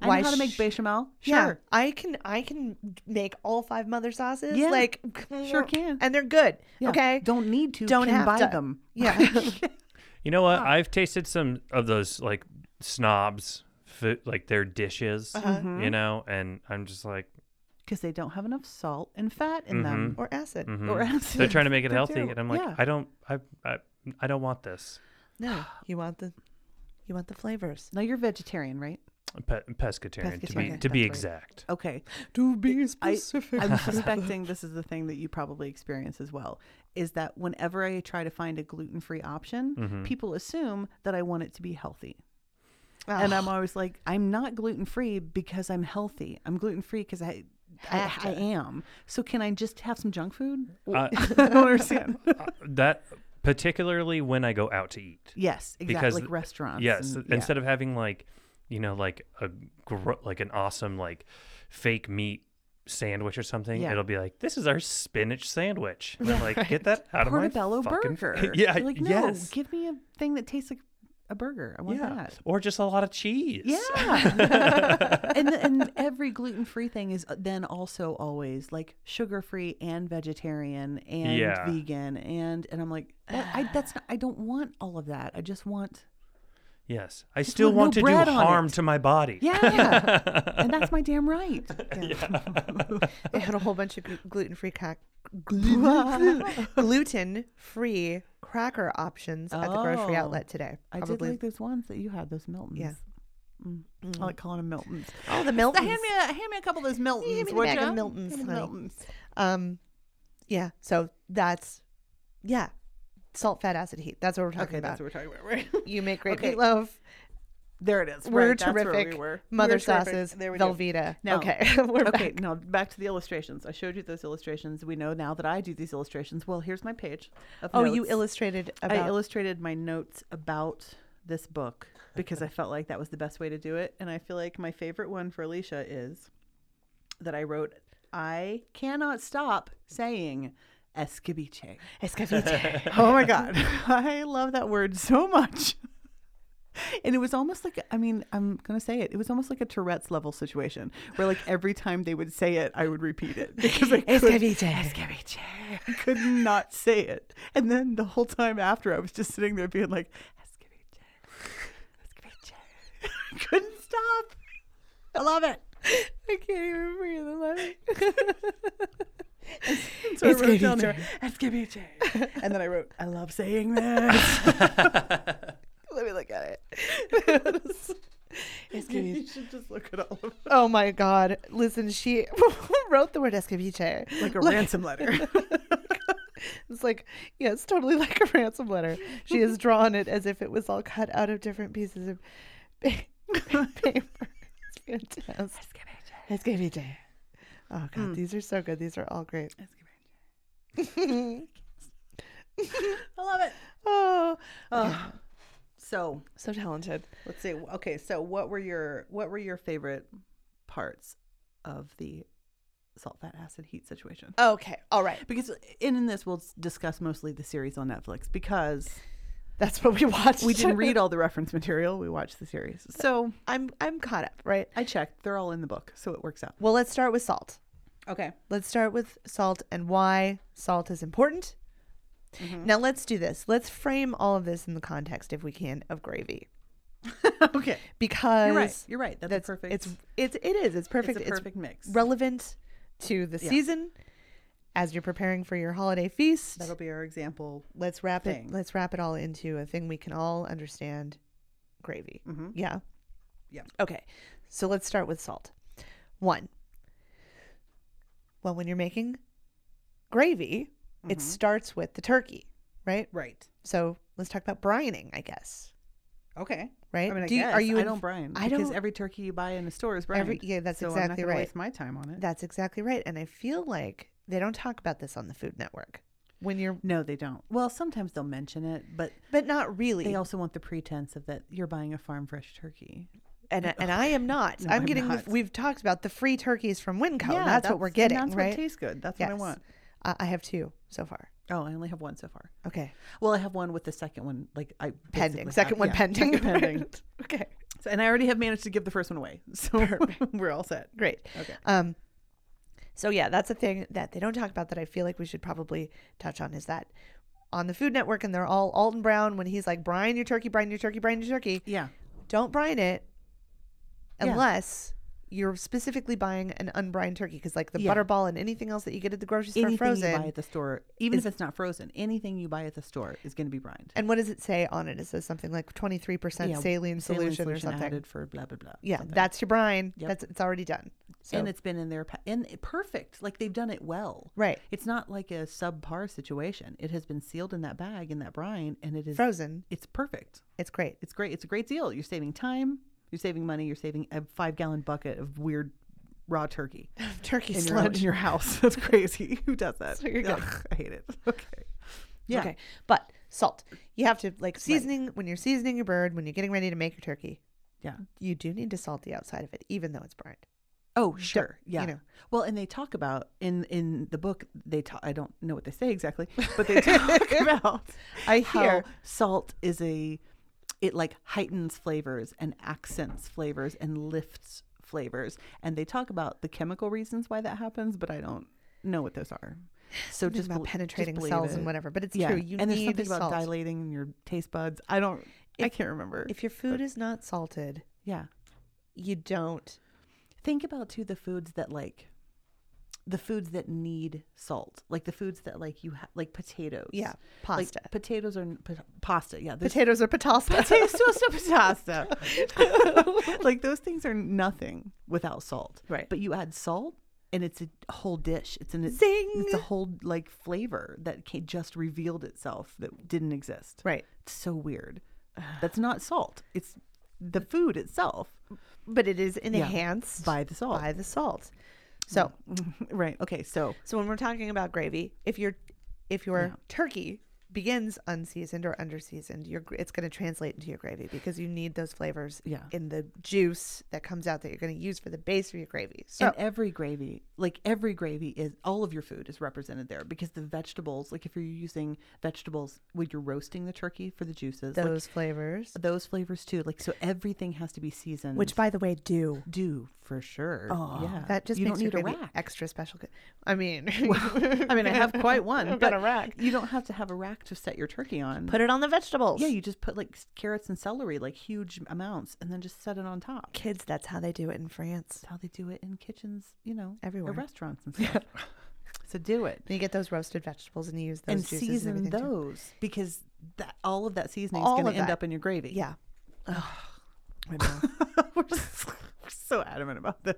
D: I
C: Why
D: know how to make
C: sh-
D: bechamel.
C: Yeah,
D: Sure.
C: I can I can make all five mother sauces.
D: Yeah,
C: Like
D: sure can.
C: And they're good.
D: Yeah.
C: Okay.
D: Don't need to.
C: Don't
D: can
C: have
D: buy
C: to.
D: them.
C: Yeah.
E: You know what? I've tasted some of those like snobs, food, like their dishes.
C: Uh-huh.
E: You know, and I'm just like,
D: Because they don't have enough salt and fat in them.
C: or acid.
E: mhm.
D: Or
E: they're trying to make it
D: They're
E: healthy,
D: terrible.
E: and I'm like,
D: Yeah.
E: I don't, I, I, I don't want this.
C: No, you want the you want the flavors.
D: No, you're vegetarian, right?
E: Pe- pescatarian, to be
C: Pescatarian,
E: to
C: that's
E: be
C: right.
E: exact.
D: Okay.
C: To be
D: I, I'm suspecting this is the thing that you probably experience as well. Is that whenever I try to find a gluten free option,
E: Mm-hmm.
D: people assume that I want it to be healthy. And I'm always like, I'm not gluten free because I'm healthy. I'm gluten free because I, I,
C: Have
D: I
C: to.
D: am. So can I just have some junk food?
E: Uh,
D: I don't understand.
E: that particularly when I go out to eat.
D: yes, exactly.
E: Because-
D: like restaurants.
E: Yes,
D: and- yeah.
E: instead of having like, you know, like a gr- like an awesome like fake meat sandwich or something,
D: Yeah.
E: it'll be like this is our spinach sandwich. And I'm like, get that out of my
D: portobello
E: fucking
D: burger.
E: yeah,
D: You're like no,
E: yes,
D: give me a thing that tastes like a burger. I want
E: yeah,
D: that.
E: or just a lot of cheese.
D: Yeah, and the, and every gluten free thing is uh, then also always like sugar free and vegetarian and
E: Yeah.
D: vegan and and I'm like that, I that's not, I don't want all of that. I just want
E: Yes, I still
D: want
E: want
D: no
E: to do
D: bread on
E: harm
D: it.
E: to my body.
D: yeah, and that's my damn right.
C: They had a whole bunch of gluten free crack gluten free cracker options at the grocery
D: Oh.
C: outlet today.
D: I did like those ones that you had, those Miltons.
C: Yeah.
D: Mm. I like calling them Miltons.
C: all the
D: So
C: Miltons.
D: hand me a hand me a couple of those Miltons.
C: me the
D: would
C: bag of
D: ya?
C: Miltons,
D: Hand me the
C: honey.
D: Miltons.
C: Um, yeah. So that's yeah, salt, fat, acid, heat. That's what we're talking
D: Okay,
C: about.
D: that's what we're talking about. Right?
C: you make great
D: Okay.
C: meatloaf.
D: There it is.
C: We're
D: right, that's where we
C: terrific.
D: were. We
C: Mother
D: were terrific.
C: sauces.
D: There we go.
C: Velveeta.
D: Now-
C: okay, we're
D: Okay,
C: back.
D: now back to the illustrations. I showed you those illustrations. We know now that I do these illustrations. Well, here's my page. Of
C: Oh, you
D: notes.
C: illustrated
D: I
C: about
D: illustrated my notes about this book because I felt like that was the best way to do it. And I feel like my favorite one for Alicia is that I wrote, I cannot stop saying escabeche.
C: escovite.
D: Oh my God. I love that word so much. And it was almost like, I mean, I'm going to say it. It was almost like a Tourette's level situation where, like, every time they would say it, I would repeat it because I could, Escabeche. I could not say it. And then the whole time after, I was just sitting there being like, Escabeche. Escabeche. I couldn't stop. I love it.
C: I can't even breathe. I'm like-
D: And so I wrote down there, Escabeche. And then I wrote, I love saying this.
C: Let me look at it.
D: you
C: Escovite.
D: should just look at all of
C: Oh my God! Listen, she wrote the word escovite.
D: like a ransom letter.
C: It's like, yeah, it's totally like a ransom letter. She has drawn it as if it was all cut out of different pieces of pa- paper. It's fantastic. Escovite. Oh, God,
D: Hmm.
C: these are so good. These are all great.
D: I love it.
C: Oh,
D: So
C: so talented.
D: let's see. Okay, so what were your what were your favorite parts of the salt, fat, acid, heat situation?
C: Okay, all right.
D: Because in, in this, we'll s- discuss mostly the series on Netflix because
C: That's what we watched.
D: we didn't read all the reference material. We watched the series, so
C: I'm I'm caught up, right?
D: I checked. They're all in the book, so it works out.
C: Well, let's start with salt.
D: Okay.
C: Let's start with salt and why salt is important.
D: Mm-hmm.
C: Now let's do this. Let's frame all of this in the context, if we can, of gravy.
D: okay.
C: because
D: You're right. You're right. That's, a perfect.
C: It's it's it is. It's perfect.
D: It's a perfect mix.
C: relevant to the season as you're preparing for your holiday feast.
D: That'll be our example.
C: let's wrap
D: thing.
C: it. Let's wrap it all into a thing we can all understand. Gravy. Yeah.
D: Mm-hmm. Yeah.
C: Okay. So let's start with salt. One. Well, when you're making gravy,
D: Mm-hmm.
C: it starts with the turkey, right?
D: Right.
C: So let's talk about brining, I guess.
D: Okay.
C: Right?
D: I mean, I
C: Do you-
D: guess.
C: are you
D: I
C: in-
D: don't brine.
C: I
D: because
C: don't-
D: every turkey you buy in the store is brined.
C: Every- yeah, that's
D: so I'm not
C: exactly
D: gonna
C: right.
D: Waste my time on it.
C: That's exactly right. And I feel like they don't talk about this on the Food Network. When you're,
D: No, they don't. Well, sometimes they'll mention it, but
C: but not really.
D: they also want the pretense of that you're buying a farm fresh turkey.
C: and I- and I am not.
D: No,
C: I'm
D: I'm
C: getting.
D: not.
C: The, we've talked about the free turkeys from Winco. that's, what we're getting,
D: That's
C: right?
D: what tastes good. That's
C: yes.
D: what I want.
C: I- I have two so far.
D: Oh, I only have one so far.
C: Okay,
D: Well, I have one with the second one, like I
C: pending.
D: basically-
C: Second
D: I-
C: one
D: yeah,
C: pending.
D: second pending.
C: Right. okay,
D: So, and I already have managed to give the first one away, so we're all set.
C: great.
D: Okay.
C: Um, so yeah, that's a thing that they don't talk about that I feel like we should probably touch on. Is that on the Food Network and they're all Alton Brown when he's like, brine your turkey, brine your turkey, brine your turkey.
D: Yeah.
C: don't brine it
D: Yeah.
C: unless you're specifically buying an unbrined turkey because like the
D: Yeah.
C: butterball and anything else that you get at the grocery store
D: Anything
C: frozen.
D: you buy at the store, even
C: is-
D: if it's not frozen, anything you buy at the store is going to be brined.
C: and what does it say on it? It says something like 23%
D: Yeah,
C: saline, solution, or something.
D: added for blah blah blah.
C: yeah,
D: something.
C: that's your brine.
D: Yep.
C: That's it's already done. So,
D: and it's been in their pa- and it- perfect. Like they've done it well.
C: right.
D: It's not like a subpar situation. It has been sealed in that bag in that brine, and it is
C: Frozen.
D: It's perfect.
C: It's great.
D: It's great. It's a great deal. You're saving time. You're saving money. You're saving a five gallon bucket of weird raw turkey
C: Turkey
D: in your, in
C: sludge.
D: your house. That's crazy. Who does that?
C: what you're getting.
D: Ugh, I hate it. Okay. Yeah.
C: Okay. But salt. You have to like seasoning when you're seasoning your bird, when you're getting ready to make your turkey,
D: Yeah.
C: you do need to salt the outside of it, even though it's brined.
D: Oh, sure. Yeah.
C: know.
D: Well, and they talk about in in the book they talk I don't know what they say exactly, but they talk about
C: I
D: how
C: hear-
D: salt is a it like heightens flavors and accents flavors and lifts flavors. And they talk about the chemical reasons why that happens, but I don't know what those are. So just
C: Just about
D: bel- just
C: penetrating
D: believe
C: cells
D: it.
C: and whatever. But it's
D: yeah.
C: true. You
D: and there's
C: need
D: something about
C: salt.
D: dilating your taste buds. I don't I can't remember.
C: if your food is not salted,
D: yeah.
C: you don't
D: think about too the foods that like the foods that need salt like the foods that like you ha- like potatoes
C: Yeah,
D: Like,
C: pasta.
D: potatoes are n- pot- pasta yeah there's-
C: potatoes are patasta.
D: potatoes toast pasta like those things are nothing without salt
C: Right.
D: but you add salt and it's a whole dish it's an
C: Zing!
D: it's a whole like flavor that ca- just revealed itself that didn't exist
C: right.
D: it's so weird that's not salt it's the food itself
C: But it is enhanced
D: by the salt Mm.
C: by the salt. So
D: right okay so
C: So when we're talking about gravy, if your if your turkey begins unseasoned or underseasoned, your gr- it's going to translate into your gravy because you need those flavors
D: Yeah.
C: in the juice that comes out that you're going to use for the base of your gravy. So
D: and every gravy, like every gravy is all of your food is represented there because the vegetables, like if you're using vegetables when you're roasting the turkey for the juices, like
C: those flavors,
D: those flavors too. Like so everything has to be seasoned.
C: which by the way do
D: do for sure.
C: Oh,
D: yeah.
C: that just
D: you
C: makes
D: don't
C: your
D: need a
C: gravy
D: rack.
C: extra special. good- I mean,
D: I mean, I have quite one.
C: I've got
D: but
C: a rack.
D: You don't have to have a rack to set your turkey on.
C: Put it on the vegetables.
D: yeah, you just put like s- carrots and celery, like huge amounts, and then just set it on top.
C: kids, that's how they do it in France.
D: That's how they do it in kitchens, you know, at
C: Everywhere.
D: restaurants and stuff. so do it.
C: And you get those roasted vegetables and you use those
D: and
C: juices
D: season
C: and everything too.
D: those because that all of that seasoning
C: All
D: is going
C: of
D: to end
C: that.
D: up in your gravy.
C: Yeah.
D: we're so, we're so adamant about this.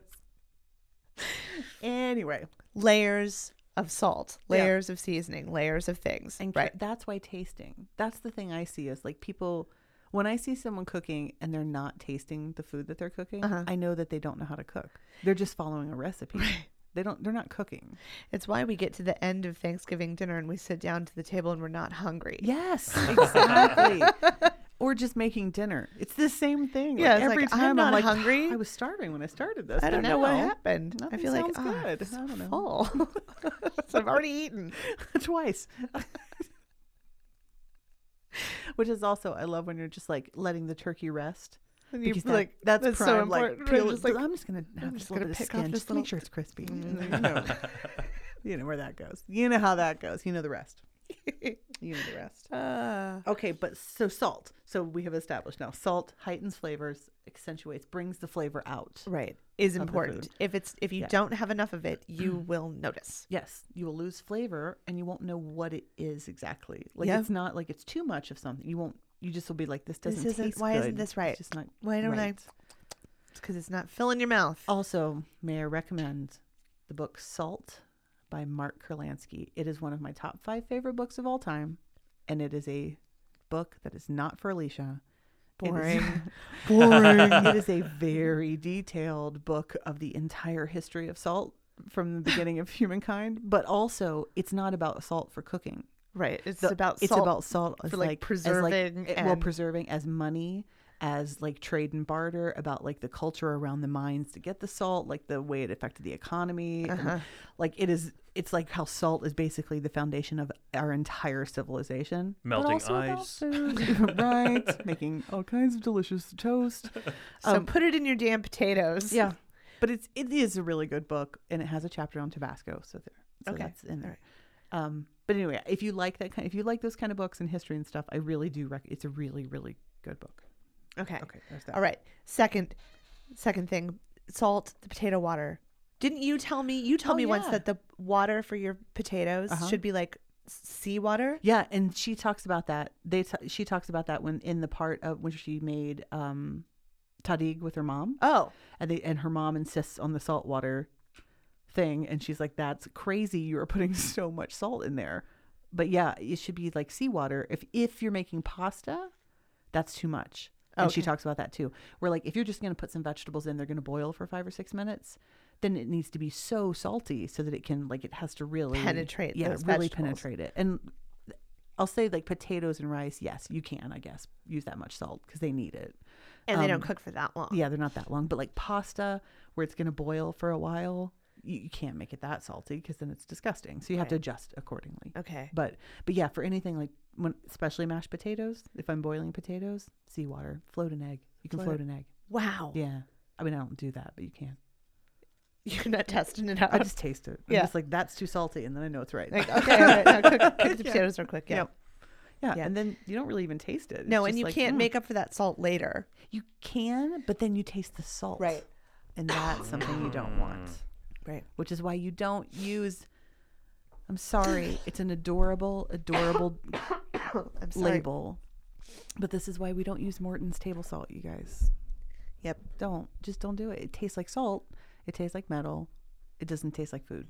D: Anyway,
C: layers of salt,
D: Yeah.
C: layers of seasoning, layers of things.
D: and
C: right.
D: right. that's why tasting. That's the thing I see is like people when I see someone cooking and they're not tasting the food that they're cooking,
C: Uh-huh.
D: I know that they don't know how to cook. They're just following a recipe. They don't they're not cooking.
C: It's why we get to the end of Thanksgiving dinner and we sit down to the table and we're not hungry.
D: Yes, exactly. or just making dinner. It's the same thing.
C: Yeah, it's like, I'm not hungry.
D: I was starving when I started this.
C: I don't
D: but
C: know what
D: now
C: happened.
D: nothing
C: I feel like
D: sounds
C: oh, I'm
D: good.
C: so
D: I don't know.
C: full. so I've already eaten.
D: Twice. Which is also I love when you're just like letting the turkey rest.
C: And you
D: Because that,
C: like
D: that's,
C: that's so
D: prime, like
C: important.
D: peel
C: Right?
D: it-
C: Just like,
D: I'm just gonna have
C: I'm
D: just
C: just
D: a
C: gonna
D: little bit of
C: pick off
D: skin,
C: this
D: just to make
C: little- Mm.
D: sure it's crispy. and then, you, know, you know where that goes. You know how that goes. You know the rest. You know the rest.
C: uh,
D: Okay, but so salt. So we have established now salt heightens flavors, accentuates, brings the flavor out.
C: right is
D: the
C: important.
D: food.
C: If it's if you
D: Yeah. Mm.
C: don't have enough of it, you will notice.
D: Yes, you will lose flavor and you won't know what it is exactly. Like
C: Yeah.
D: it's not like it's too much of something. You won't. You just will be like, this
C: This
D: doesn't.
C: isn't-
D: taste
C: why isn't
D: good.
C: this right?
D: It's just not.
C: Why don't I-
D: right."
C: It's because it's not filling your mouth.
D: Oh, Also, may I recommend the book Salt by Mark Kurlansky. It is one of my top five favorite books of all time, and it is a book that is not for Alicia. It is-
C: Boring.
D: it is a very detailed book of the entire history of salt from the beginning of humankind, but also it's not about salt for cooking.
C: right. It's
D: The-
C: about
D: it's
C: salt.
D: about salt as
C: for, like,
D: as, like,
C: preserving
D: it- well
C: and-
D: preserving as money as like trade and barter about like the culture around the mines to get the salt like the way it affected the economy and,
C: Uh-huh.
D: like it is it's like how salt is basically the foundation of our entire civilization but
E: Melting
D: also about
E: ice.
D: food. right making all kinds of delicious toast
C: So put it in your damn potatoes.
D: um, yeah, but it's it is a really good book, and it has a chapter on Tabasco. So there, so
C: Okay.
D: that's in there. Um, but anyway, if you like that kind, if you like those kind of books and history and stuff, I really do. Rec- it's a really really good book.
C: Okay.
D: Okay, there's that.
C: All right. Second, second thing, salt the potato water. Didn't you tell me? You told
D: Oh,
C: me once
D: yeah.
C: that the water for your potatoes
D: Uh-huh.
C: should be like s- seawater.
D: Yeah, and she talks about that. They t- she talks about that when in the part of when she made um, tadig with her mom,
C: Oh,
D: and they and her mom insists on the salt water thing, and she's like, "That's crazy! You are putting so much salt in there." But yeah, it should be like seawater. If if you're making pasta, that's too much. And she
C: Okay.
D: talks about that too. Where like if you're just going to put some vegetables in, they're going to boil for five or six minutes. Then it needs to be so salty so that it can like it has to really
C: Penetrate
D: Yeah,
C: those
D: really
C: vegetables.
D: penetrate it. And I'll say like potatoes and rice. Yes, you can. I guess use that much salt because they need it.
C: and they don't cook for that long.
D: Um, Yeah, they're not that long, but like pasta where it's going to boil for a while, you, you can't make it that salty because then it's disgusting. So you have to adjust accordingly.
C: Okay.
D: But but yeah, for anything like when especially mashed potatoes, if I'm boiling potatoes, seawater, float an egg. You can float, an egg.
C: Wow.
D: Yeah. I mean, I don't do that, but you can.
C: You're not testing it out.
D: I just taste it. I'm
C: Yeah.
D: just like that's too salty, and then I know it's right.
C: like, okay, all right, now cook, cook the potatoes real quick. Yeah.
D: Yep. yeah,
C: yeah.
D: and then you don't really even taste it. It's
C: No, and
D: just
C: you
D: like,
C: can't
D: mm.
C: make up for that salt later.
D: You can, but then you taste the salt,
C: Right.
D: And that's something you don't want.
C: Right.
D: which is why you don't use. I'm sorry, it's an adorable, adorable
C: I'm sorry.
D: label, but this is why we don't use Morton's table salt, you guys.
C: Yep.
D: Don't just don't do it. It tastes like salt. It tastes like metal. It doesn't taste like food.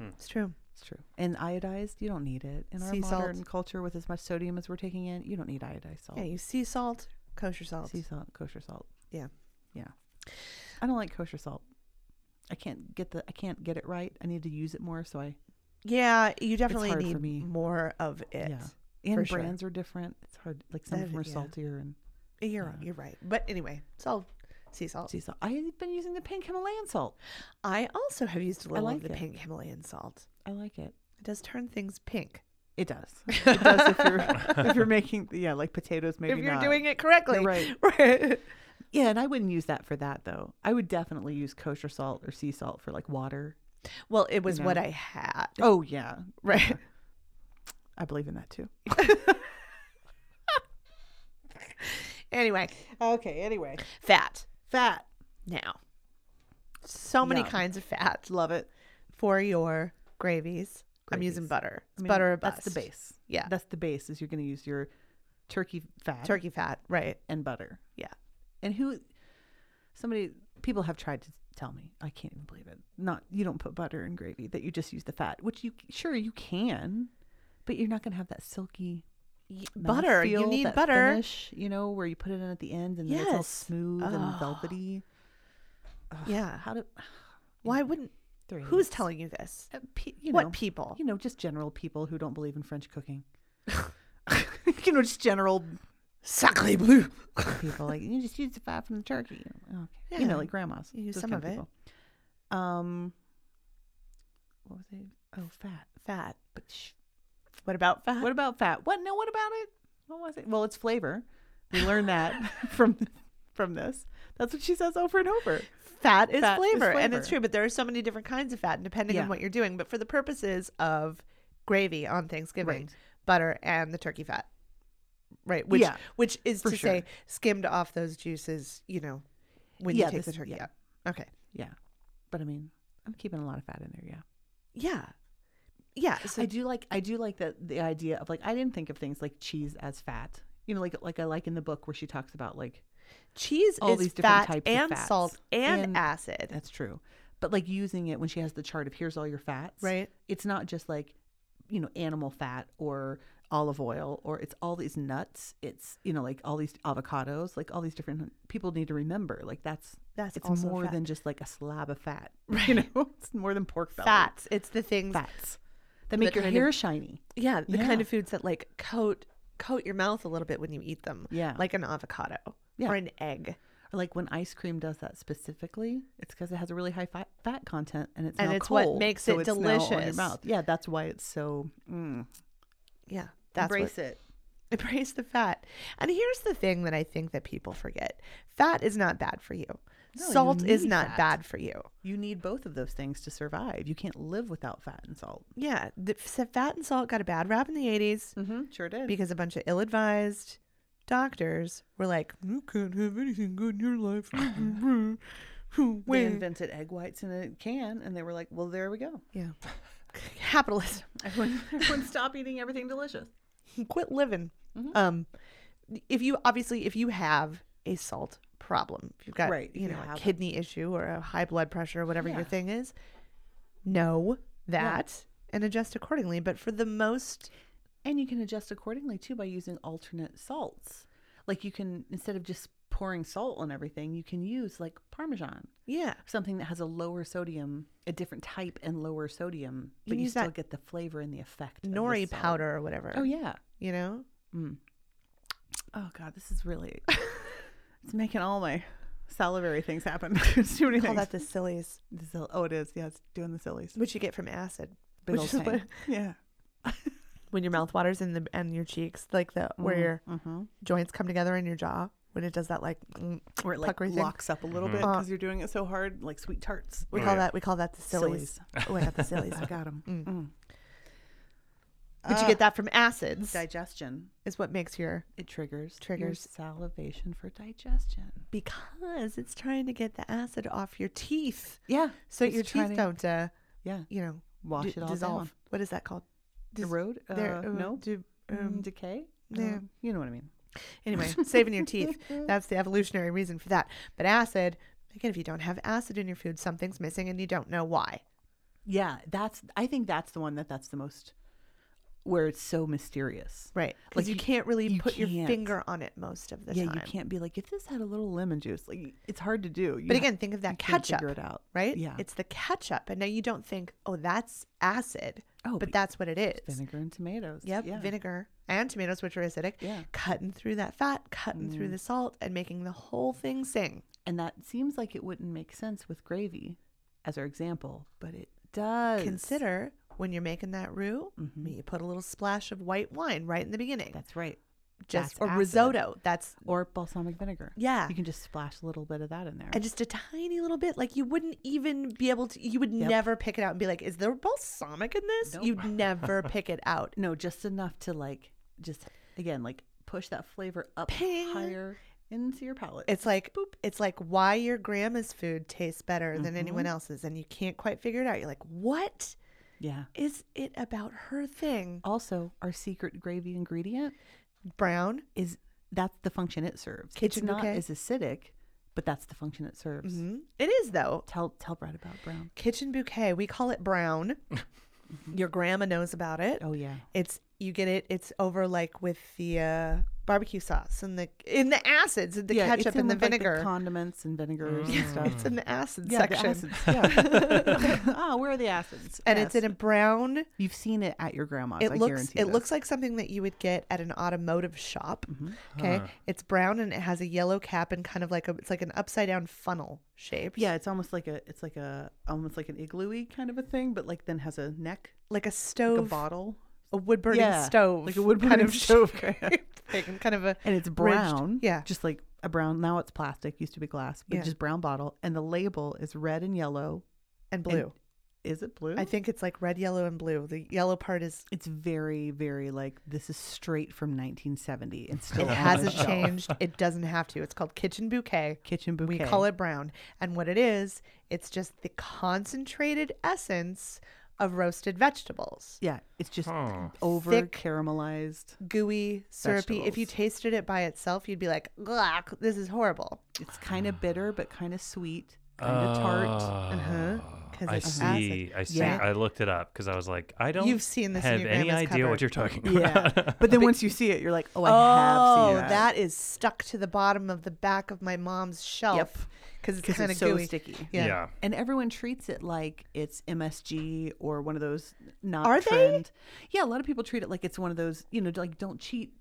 C: It's true.
D: It's true. And iodized, you don't need it in our
C: Sea salt.
D: modern culture with as much sodium as we're taking in. You don't need iodized salt.
C: Yeah, you sea salt, kosher salt.
D: sea salt, kosher salt.
C: Yeah.
D: Yeah. I don't like kosher salt. I can't get the I can't get it right. I need to use it more, so I
C: Yeah, you definitely
D: hard for
C: need
D: me.
C: more of it.
D: Yeah.
C: for
D: And
C: sure.
D: brands are different. It's hard. Like some
C: That-
D: of them are
C: yeah.
D: saltier and
C: You're right. You're right. But anyway, it's all sea salt.
D: sea salt. I've been using the pink Himalayan salt.
C: I also have used a little
D: like
C: of the
D: it.
C: pink Himalayan salt.
D: I like it.
C: It does turn things pink
D: It does. It does if you're if you're making yeah like potatoes maybe
C: if you're
D: not.
C: doing it correctly.
D: right.
C: right.
D: yeah and I wouldn't use that for that though. I would definitely use kosher salt or sea salt for like water.
C: Well, it was what
D: know.
C: I had.
D: Oh yeah,
C: Right.
D: I believe in that too.
C: Anyway,
D: Okay. Anyway,
C: fat.
D: fat.
C: Now, so many
D: Yum.
C: kinds of fat
D: Love it.
C: for your gravies. I'm using
D: Gravies.
C: butter. It's
D: I mean,
C: butter or
D: That's the
C: bust.
D: base.
C: Yeah.
D: That's the base. Is you're going to use your turkey fat.
C: Turkey fat. Right.
D: and butter.
C: Yeah.
D: And who somebody people have tried to tell me, I can't even believe it. Not you don't put butter in gravy, that you just use the fat, which you sure you can, but you're not going to have that silky
C: butter. You
D: mouthfeel,
C: need
D: that
C: butter.
D: finish, you know, where you put it in at the end and then it's all
C: Yes.
D: smooth and velvety.
C: Yeah.
D: How do
C: Why wouldn't?
D: Three
C: Who's
D: minutes.
C: telling you this?
D: uh, pe- you
C: what
D: know,
C: people?
D: You know, just general people who don't believe in French cooking. you know, just general
C: Sacre bleu.
D: people like you just use the fat from the turkey. Oh, okay. You
C: Yeah.
D: know, like grandmas.
C: You use
D: those
C: some
D: kind
C: of it.
D: people. Um, what was it? Oh, fat.
C: Fat.
D: But sh-
C: What about fat?
D: what about fat? What? No, what about it? What was it? Well, it's flavor. We learned that from from this. That's what she says over and over.
C: fat is
D: Fat is
C: flavor, and it's
D: flavor.
C: true but there are so many different kinds of fat depending
D: Yeah.
C: on what you're doing but for the purposes of gravy on thanksgiving
D: Right.
C: butter and the turkey fat right which
D: Yeah,
C: which is
D: for
C: to say skimmed off those juices you know when
D: Yeah,
C: you take
D: this-
C: the turkey
D: yeah.
C: out okay
D: Yeah, but I mean, I'm keeping a lot of fat in there. Yeah.
C: yeah yeah so
D: I do like I do like that the idea of like I didn't think of things like cheese as fat. You know, like like I like in the book where she talks about like
C: cheese
D: all
C: is
D: these
C: fat
D: different types of
C: and
D: fats.
C: salt and,
D: And-
C: acid
D: That's true. But like using it when she has the chart of here's all your fats.
C: Right.
D: It's not just like, you know, animal fat or olive oil or it's all these nuts. It's, you know, like all these avocados, like all these different people need to remember. Like that's
C: That's
D: it's
C: also
D: more
C: fat.
D: than just like a slab of fat. You know? It's more than pork belly.
C: fats it's the things
D: Fats. That make your
C: kind of-
D: hair shiny.
C: yeah the kind
D: Yeah.
C: of foods that like coat coat your mouth a little bit when you eat them
D: Yeah.
C: like an avocado
D: Yeah.
C: or an egg
D: Like when ice cream does that specifically, it's because it has a really high fat, fat content and it's
C: And
D: now
C: it's what
D: cold,
C: makes
D: so
C: it
D: it's now on your
C: delicious.
D: mouth. Yeah, that's why it's so mm,
C: yeah that's what,
D: embrace it.
C: Embrace the fat. And here's the thing that I think that people forget. Fat is not bad for you.
D: you
C: Salt is
D: need
C: not
D: fat.
C: bad for you.
D: You need both of those things to survive. You can't live without fat and salt.
C: Yeah, the, so fat and salt got a bad rap in the 80s
D: Mm-hmm. Sure did.
C: because a bunch of ill-advised doctors were like, "You can't have anything good in your life." who,
D: They
C: where.
D: invented egg whites in a can, and they were like, "Well, there we go.
C: Yeah. Capitalism.
D: Everyone, everyone stop eating everything delicious."
C: Quit living.
D: Mm-hmm.
C: Um, if you obviously if you have a salt problem, if you've got
D: Right, if
C: you
D: you
C: know a
D: have it.
C: kidney issue or a high blood pressure or whatever
D: Yeah.
C: your thing is, know that and adjust accordingly. But for the most,
D: And you can adjust accordingly too by using alternate salts. Like you can instead of just pouring salt on everything, you can use like parmesan,
C: yeah,
D: something that has a lower sodium, a different type and lower sodium,
C: You
D: but
C: can
D: you,
C: use
D: still
C: that
D: get the flavor and the effect. of the
C: nori
D: salt.
C: powder or whatever.
D: Oh yeah.
C: you know.
D: Oh god, this is really it's making all my salivary things happen. it's too many
C: Call
D: things.
C: that the sillies,
D: The sil- oh, it is. Yeah, it's doing the sillies.
C: which you get from acid.
D: Big
C: which
D: old
C: is
D: thing.
C: what-
D: yeah.
C: when your mouth waters and the and your cheeks, like the
D: Mm-hmm.
C: where your joints come together in your jaw when it does that like mm,
D: Where it like
C: puckery thing.
D: locks up a little bit because you're doing it so hard, like sweet tarts.
C: We
E: Oh,
C: call
E: yeah.
C: that we call that the sillies. Oh, I got the sillies.
D: I got Mm. them.
C: But you
D: Ah.
C: get that from acids,
D: Digestion.
C: is what makes your
D: It triggers your
C: Triggers.
D: salivation for digestion.
C: because it's trying to get the acid off your teeth,
D: Yeah.
C: so
D: it's
C: your
D: trying
C: teeth
D: to-
C: don't, uh,
D: Yeah.
C: you know,
D: Wash
C: d-
D: it all
C: dissolve.
D: down.
C: What is that called? Dis-
D: Erode? Uh,
C: there- uh,
D: no.
C: do-
D: Mm,
C: um,
D: decay.
C: yeah.
D: Um, you know what I mean.
C: anyway, saving your teeth. That's the evolutionary reason for that. But acid, again, if you don't have acid in your food, something's missing, and you don't know why.
D: Yeah, that's. I think that's the one that that's the most where it's so mysterious.
C: Right.
D: Like,
C: Because you,
D: you-
C: can't really
D: you
C: put your
D: can't.
C: finger on it most of the
D: yeah,
C: time.
D: you can't be like if this had a little lemon juice. Like it's hard to do. You
C: But
D: ha-
C: again, think of that
D: you can't
C: ketchup,
D: Figure it out,
C: right?
D: Yeah,
C: It's the ketchup. And now you don't think, oh, that's acid.
D: Oh,
C: but
D: but
C: that's what it is.
D: vinegar and tomatoes.
C: Yep.
D: yeah.
C: Vinegar and tomatoes, which are acidic.
D: Yeah. Mm.
C: Cutting through that fat, cutting through the salt, and making the whole thing sing.
D: And that seems like it wouldn't make sense with gravy, as our example, but it does.
C: Consider when you're making that roux,
D: Mm-hmm.
C: you put a little splash of white wine right in the beginning.
D: that's right.
C: Just
D: that's
C: or
D: acid.
C: risotto. That's
D: Or balsamic vinegar.
C: Yeah.
D: you can just splash a little bit of that in there.
C: and just a tiny little bit. Like you wouldn't even be able to. You would never pick it out and be like, "Is there balsamic in this?"
D: Nope.
C: You'd never pick it out.
D: no, just enough to like, just again, like push that flavor up
C: Ping.
D: higher into your palate.
C: It's like it's like why your grandma's food tastes better
D: Mm-hmm.
C: than anyone else's, and you can't quite figure it out. You're like, "What
D: yeah.
C: is it about her thing?"
D: Also, our secret gravy ingredient
C: Brown.
D: is that's the function it serves.
C: Kitchen
D: it's not
C: bouquet?
D: as acidic, but that's the function it serves.
C: It is though.
D: Tell tell Brad about brown.
C: Kitchen bouquet. We call it brown. Your grandma knows about it.
D: Mm-hmm. Oh yeah.
C: It's you get it. It's over like with the uh, barbecue sauce and the in the acids and the
D: yeah, it's
C: ketchup and the
D: in with, like,
C: vinegar.
D: condiments and vinegars and stuff.
C: it's in the acid
D: Mm-hmm. Yeah, the
C: section.
D: acids, yeah. Ah, where are the acids?
C: And
D: Yes.
C: it's in a brown.
D: You've seen it at your grandma's.
C: It
D: I
C: looks
D: guarantee
C: it
D: this. Mm-hmm.
C: looks like something that you would get at an automotive shop. Okay, it's brown and it has a yellow cap and kind of like a it's like an upside down funnel shape.
D: Yeah, it's almost like a it's like a almost like an iglooy kind of a thing, but like then has a neck,
C: like a
D: like
C: stove,
D: a bottle,
C: a wood burning
D: Yeah,
C: stove,
D: like a wood
C: kind
D: burning
C: of
D: stove.
C: shaped thing, kind of a
D: and it's
C: ridged-
D: brown.
C: yeah,
D: just like a brown. Now it's plastic. Used to be glass, but
C: Yeah.
D: just brown bottle. And the label is red and yellow.
C: and
D: and-
C: blue.
D: is it blue?
C: I think it's like red, yellow, and blue. The yellow part is
D: it's very very like this is straight from 1970 and
C: it
D: still on the
C: hasn't
D: shelf.
C: changed. It doesn't have to. It's called kitchen bouquet.
D: Kitchen
C: We
D: bouquet.
C: call it brown. And what it is, it's just the concentrated essence of roasted vegetables.
D: Yeah, it's just
E: Huh.
D: over
C: Thick.
D: caramelized.
C: Gooey, syrupy. If you
D: Vegetables.
C: tasted it by itself, you'd be like, "Glug, this is horrible.
D: It's kind of bitter, but kind of sweet, kind of
E: Uh.
D: tart.
C: Uh-huh.
E: Ah, I
C: it's
E: see.
C: acid.
E: I see.
D: Yeah.
E: I looked it up because I was like, I don't.
C: You've seen this in
E: Have
C: your
E: any
C: grandma's
E: idea
C: cupboard.
E: what you're talking about?
D: Yeah, but then once you see it, you're like, oh, I have
C: Oh,
D: seen that.
C: that is stuck to the bottom of the back of my mom's shelf because it's
D: 'Cause
C: kind of
D: it's so
C: gooey.
D: sticky.
C: Yeah.
E: Yeah.
D: And everyone treats it like it's MSG or one of those not
C: Are they?
D: trend. Yeah, a lot of people treat it like it's one of those, you know, like don't cheat,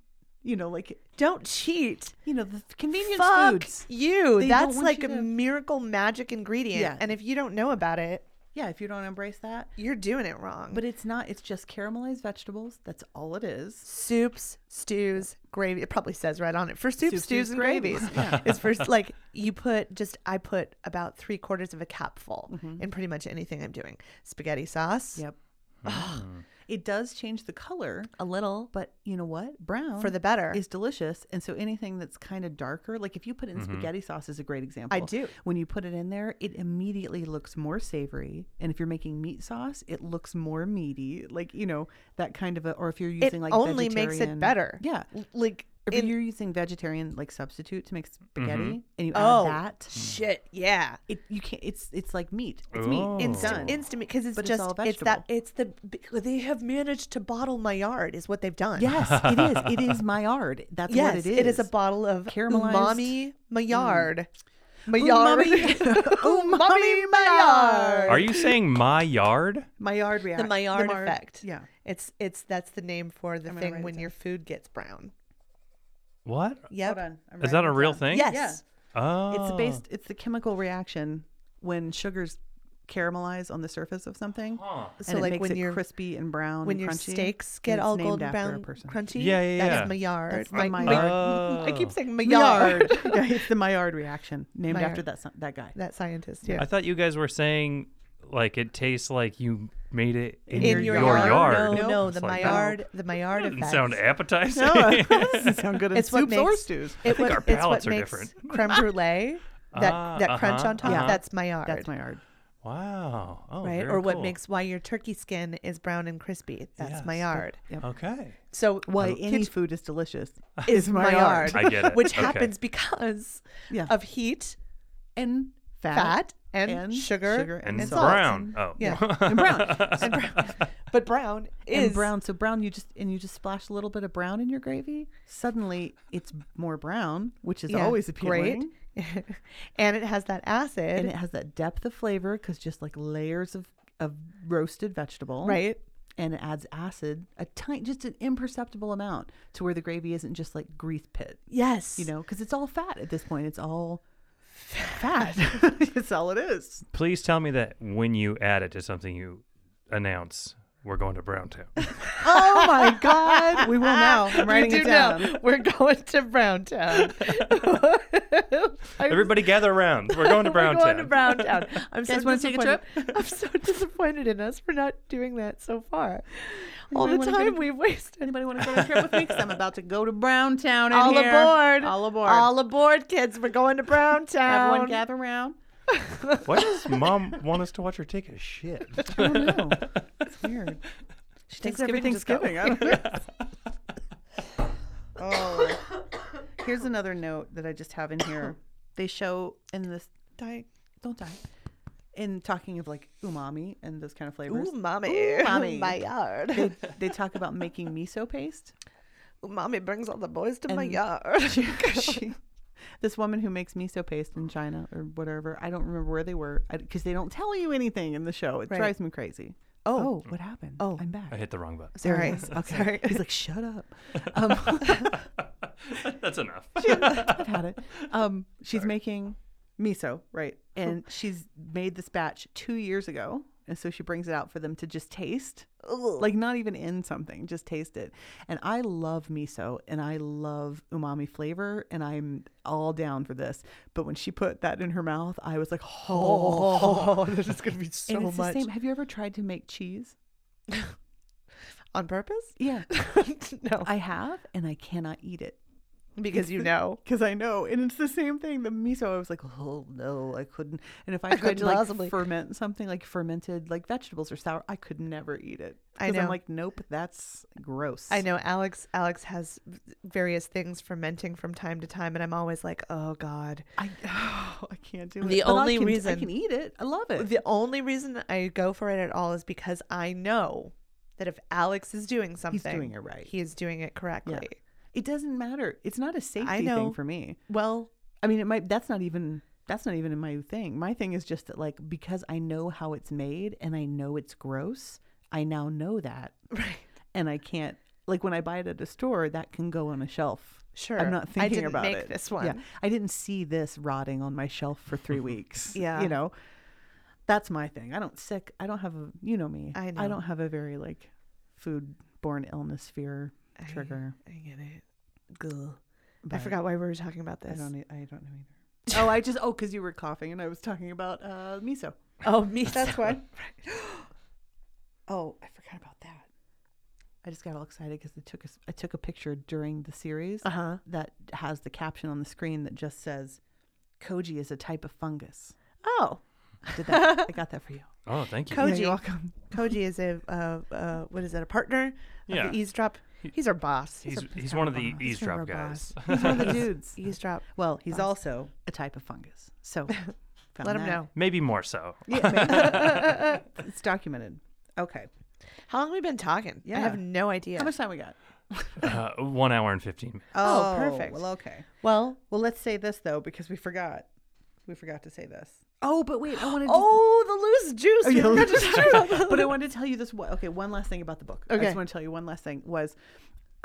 D: you know, like
C: Don't cheat.
D: you know, the convenience
C: Fuck
D: foods.
C: you.
D: They don't
C: That's
D: want
C: like
D: you
C: a
D: to-
C: miracle magic ingredient.
D: Yeah.
C: And if you don't know about it,
D: Yeah, if you don't embrace that.
C: you're doing it wrong.
D: But it's not, it's just caramelized vegetables. That's all it is.
C: soups, stews, gravy. It probably says right on it for soups,
D: Soup,
C: stews,
D: stews,
C: and
D: gravies.
C: gravies. It's for like you put just I put about three
D: Mm-hmm.
C: quarters of a cupful in pretty much anything I'm doing. Spaghetti sauce.
D: Yep. It does change the color,
C: a little
D: but you know what? Brown
C: for the better.
D: is delicious. And so anything that's kind of darker, like if you put it in spaghetti sauce, is a great example.
C: I do.
D: When you put it in there, it immediately looks more savory. And if you're making meat sauce, it looks more meaty. Like you know that kind of a. Or if you're using
C: it
D: like
C: only makes it
D: vegetarian-
C: better.
D: Yeah.
C: L- like
D: If
C: in-
D: you're using vegetarian like substitute to make spaghetti and you add
C: oh
D: that,
C: shit, yeah.
D: it you can't. It's it's like meat. It's
E: Oh.
D: meat. It's
E: Instant-
D: done.
C: Instant because it's
D: But it's
C: just
D: all
C: it's that it's the b- they have managed to bottle my yard is what they've done.
D: Yes, it is. It is Maillard. That's
C: yes,
D: what it is.
C: it is a bottle of
D: Caramelized- Mm.
C: umami Maillard. Maillard.
D: Umami-
C: umami Maillard.
E: Are you saying my yard?
D: Maillard reaction.
C: the Maillard effect?
D: Yeah.
C: It's it's that's the name for the
D: I'm gonna
C: thing
D: write
C: when
D: it
C: your food gets brown.
E: What?
C: Yep.
D: Hold on. I'm
E: Is that
D: writing
E: a
D: it
E: real
D: down.
E: thing?
C: Yes.
E: Oh.
D: It's based. It's the chemical reaction when sugars caramelize on the surface of something.
E: Huh.
D: And
C: So
D: it
C: like
D: makes
C: when
D: it
C: your-
D: crispy and brown.
C: When
D: and
C: your
D: crunchy,
C: steaks
D: and
C: get
D: it's
C: all
D: named
C: golden
D: after a
C: brown
D: person.
C: crunchy,
E: Yeah, yeah, yeah.
C: that's Maillard.
D: That's the
C: My-
D: Maillard.
C: my-
E: Oh.
C: I keep saying Maillard.
D: Maillard. yeah, it's the Maillard reaction, named after
C: Maillard.
D: that son- that guy.
C: that scientist. Yeah.
E: I thought you guys were saying like it tastes like you made it in,
C: in your, yard. No, no,
E: It's
C: the
E: like,
C: Maillard, the Maillard
E: That doesn't
C: effect.
E: sound appetizing.
D: No, that Oh, doesn't sound good in
C: It's what
D: soups or
C: makes-
D: stews.
C: It
E: think
C: was-
E: our
C: it's what
E: palates are
C: makes
E: different.
C: creme brulee, that
E: Ah,
C: that crunch
E: uh-huh,
C: on top,
E: uh-huh.
C: that's Maillard.
D: That's Maillard.
E: wow. Oh,
C: right.
E: very
C: Or what
E: cool.
C: makes why your turkey skin is brown and crispy. That's
E: Yes.
C: Maillard.
E: Okay.
C: So
D: Why
C: uh,
D: any
C: kitch-
D: food is delicious
C: is Maillard,
E: I get it.
C: which
E: Okay.
C: happens because
D: Yeah.
C: of heat,
D: and fat,
C: fat, and,
D: and
C: sugar,
D: sugar
E: And,
C: and salt.
E: brown. Oh.
C: Yeah.
D: and brown.
C: And brown. but brown is
D: and brown. So brown, you just and you just splash a little bit of brown in your gravy. Suddenly, it's more brown, which is
C: yeah,
D: always appealing.
C: Great. and it has that acid,
D: And it has that depth of flavor because just like layers of of roasted vegetable,
C: right?
D: And it adds acid, a tiny, just an imperceptible amount to where the gravy isn't just like grease pit,
C: Yes.
D: you know, because it's all fat at this point. It's all fat. it's all it is.
E: Please tell me that when you add it to something, you announce we're going to Brown Town.
D: Oh my god, we will now. I'm
C: We
D: writing
C: Ah, do
D: it down.
C: know. We're going to Brown Town. I'm
E: Everybody gather around. We're going to Brown
C: We're going
E: Town.
C: to Brown Town. I'm so
D: guys wanna take a
C: disappointed. I'm so disappointed in us for not doing that so far. All the
D: Anybody wanna go
C: time
D: to-
C: we've wasted.
D: Anybody want to go on a trip with me? Because I'm about to go to Brown Town. in
C: All
D: here.
C: aboard!
D: All aboard!
C: All aboard, kids! We're going to Brown Town.
D: Everyone gather around.
E: Why does mom want us to watch her take a shit?
D: I don't know. Oh, It's weird. She
C: thinks
D: takes every
C: everything's
D: Thanksgiving. I don't know. oh. Here's another note that I just have in here. They show in this
C: Dying.
D: don't die. In talking of like umami and those kind of flavors.
C: Ooh, mommy!
D: Ooh, mommy.
C: my yard.
D: They, they talk about making miso paste.
C: Ooh, mommy brings all the boys to my
D: And-
C: yard.
D: she, this woman who makes miso paste in China or whatever, I don't remember where they were because they don't tell you anything in the show. It
C: Right.
D: drives me crazy. Oh, what happened?
C: Oh.
D: I'm back.
E: I hit the wrong button.
D: There
C: Sorry.
D: it is. Okay.
C: Sorry.
D: He's like, shut up. Um,
E: That's enough.
D: I've had it. Um, she's making miso, right? And she's made this batch two years ago. And so she brings it out for them to just taste, like not even in something, just taste it. And I love miso and I love umami flavor and I'm all down for this. But when she put that in her mouth, I was like, oh,
C: Oh, this is gonna be so
D: and it's
C: much
D: the same. Have you ever tried to make cheese?
C: on purpose.
D: Yeah,
C: no,
D: I have, and I cannot eat it.
C: because you know.
D: because I know, and it's the same thing. The miso, I was like, oh no, I couldn't. And if I, tried
C: couldn't
D: to like
C: possibly.
D: ferment something like fermented like vegetables or sour, I could never eat it.
C: I
D: 'Cause I'm
C: know.
D: like, nope, that's gross.
C: I know Alex. Alex has v- various things fermenting from time to time, and I'm always like, "Oh God."
D: I, oh, I can't do it.
C: The
D: But I
C: only
D: can- I
C: reason-
D: can eat it, I love it.
C: The only reason I go for it at all is because I know that if Alex is doing something,
D: doing it right.
C: He is doing it correctly.
D: it doesn't matter. It's not a safety
C: know.
D: thing for me.
C: Well,
D: I mean, it might. That's not even. That's not even in my thing. My thing is just that, like, because I know how it's made and I know it's gross. I now know that,
C: right.
D: and I can't like when I buy it at a store that can go on a shelf.
C: Sure.
D: I'm not
C: I
D: thinking
C: didn't
D: about
C: make
D: it.
C: this
D: Yeah,
C: one.
D: I didn't see this rotting on my shelf for three weeks.
C: Yeah.
D: you know, that's my thing. I don't sick. I don't have a. You know me.
C: I
D: I
C: know.
D: don't have a very like food-borne illness fear trigger.
C: I get it. Gah. I
D: but
C: forgot why we were talking about
D: I
C: this.
D: don't. e- I don't know either. oh, I just. Oh, because you were coughing and I was talking about uh, miso.
C: Oh, me. That's
D: why.
C: oh, I forgot about that.
D: I just got all excited because I took a, s- I took a picture during the series
C: Uh-huh.
D: that has the caption on the screen that just says, "Koji is a type of fungus."
C: Oh,
D: I did that. I got that for you.
E: Oh, thank you.
C: Koji.
D: you're welcome.
C: Koji is a uh, uh, what is that? A partner of
E: Yeah.
C: the eavesdrop. He's our boss.
E: he's
C: our-
E: he's
C: our
E: one of the
C: boss. He's one of our
E: eavesdrop guys.
C: boss.
D: He's one of the dudes.
C: Eavesdrop.
D: Well, he's
C: Boss.
D: also a type of fungus. So
C: Let him know.
E: Maybe more so.
D: Yeah, maybe. it's documented. Okay.
C: How long have we been talking? I
D: Yeah.
C: have no idea.
D: How much time we got?
E: Uh, one hour and fifteen. minutes.
C: Oh, perfect.
D: Well, okay.
C: well,
D: Well, let's say this though, because we forgot. We forgot to say this. Oh, but wait, I wanted.
C: oh, the loose juice.
D: Oh, yeah,
C: We forgot
D: loose
C: to
D: juice.
C: talk about the
D: but I wanted to tell you this. One, okay, one last thing about the book. I
C: Okay.
D: just want to tell you one last thing was,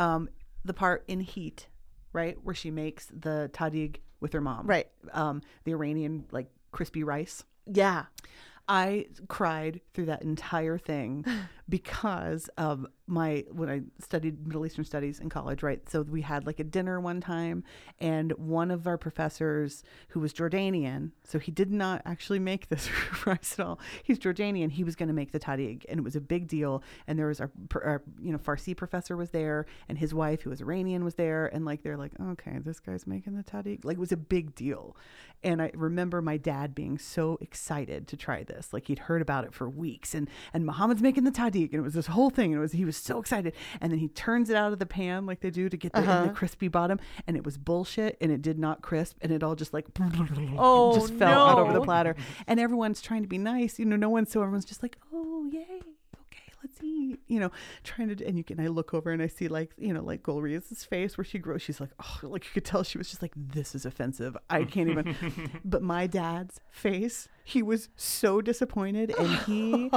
D: um, the part in Heat, right, where she makes the tadig with her mom,
C: Right.
D: Um, the Iranian like crispy rice.
C: Yeah.
D: I cried through that entire thing because um, my when I studied Middle Eastern studies in college, right? So we had like a dinner one time, and one of our professors who was Jordanian, so he did not actually make this rice at all. He's Jordanian. He was going to make the tadig, and it was a big deal. And there was our, pr- our you know Farsi professor was there, and his wife who was Iranian was there, and like they're like, okay, this guy's making the tadig. Like it was a big deal, and I remember my dad being so excited to try this. Like he'd heard about it for weeks, and and Muhammad's making the tadik, and it was this whole thing, and it was he was so excited, and then he turns it out of the pan like they do to get the, and
C: Uh-huh.
D: the crispy bottom, and it was bullshit, and it did not crisp, and it all just like
C: Oh,
D: just fell out over the
C: no.
D: platter, and everyone's trying to be nice, you know, no one, so everyone's just like, oh yay. okay, Let's eat, you know, trying to, and you can. I look over and I see, like, you know, like Golrias's face where she grows. She's like, oh, like you could tell she was just like, this is offensive. I can't even. but my dad's face, he was so disappointed, and he,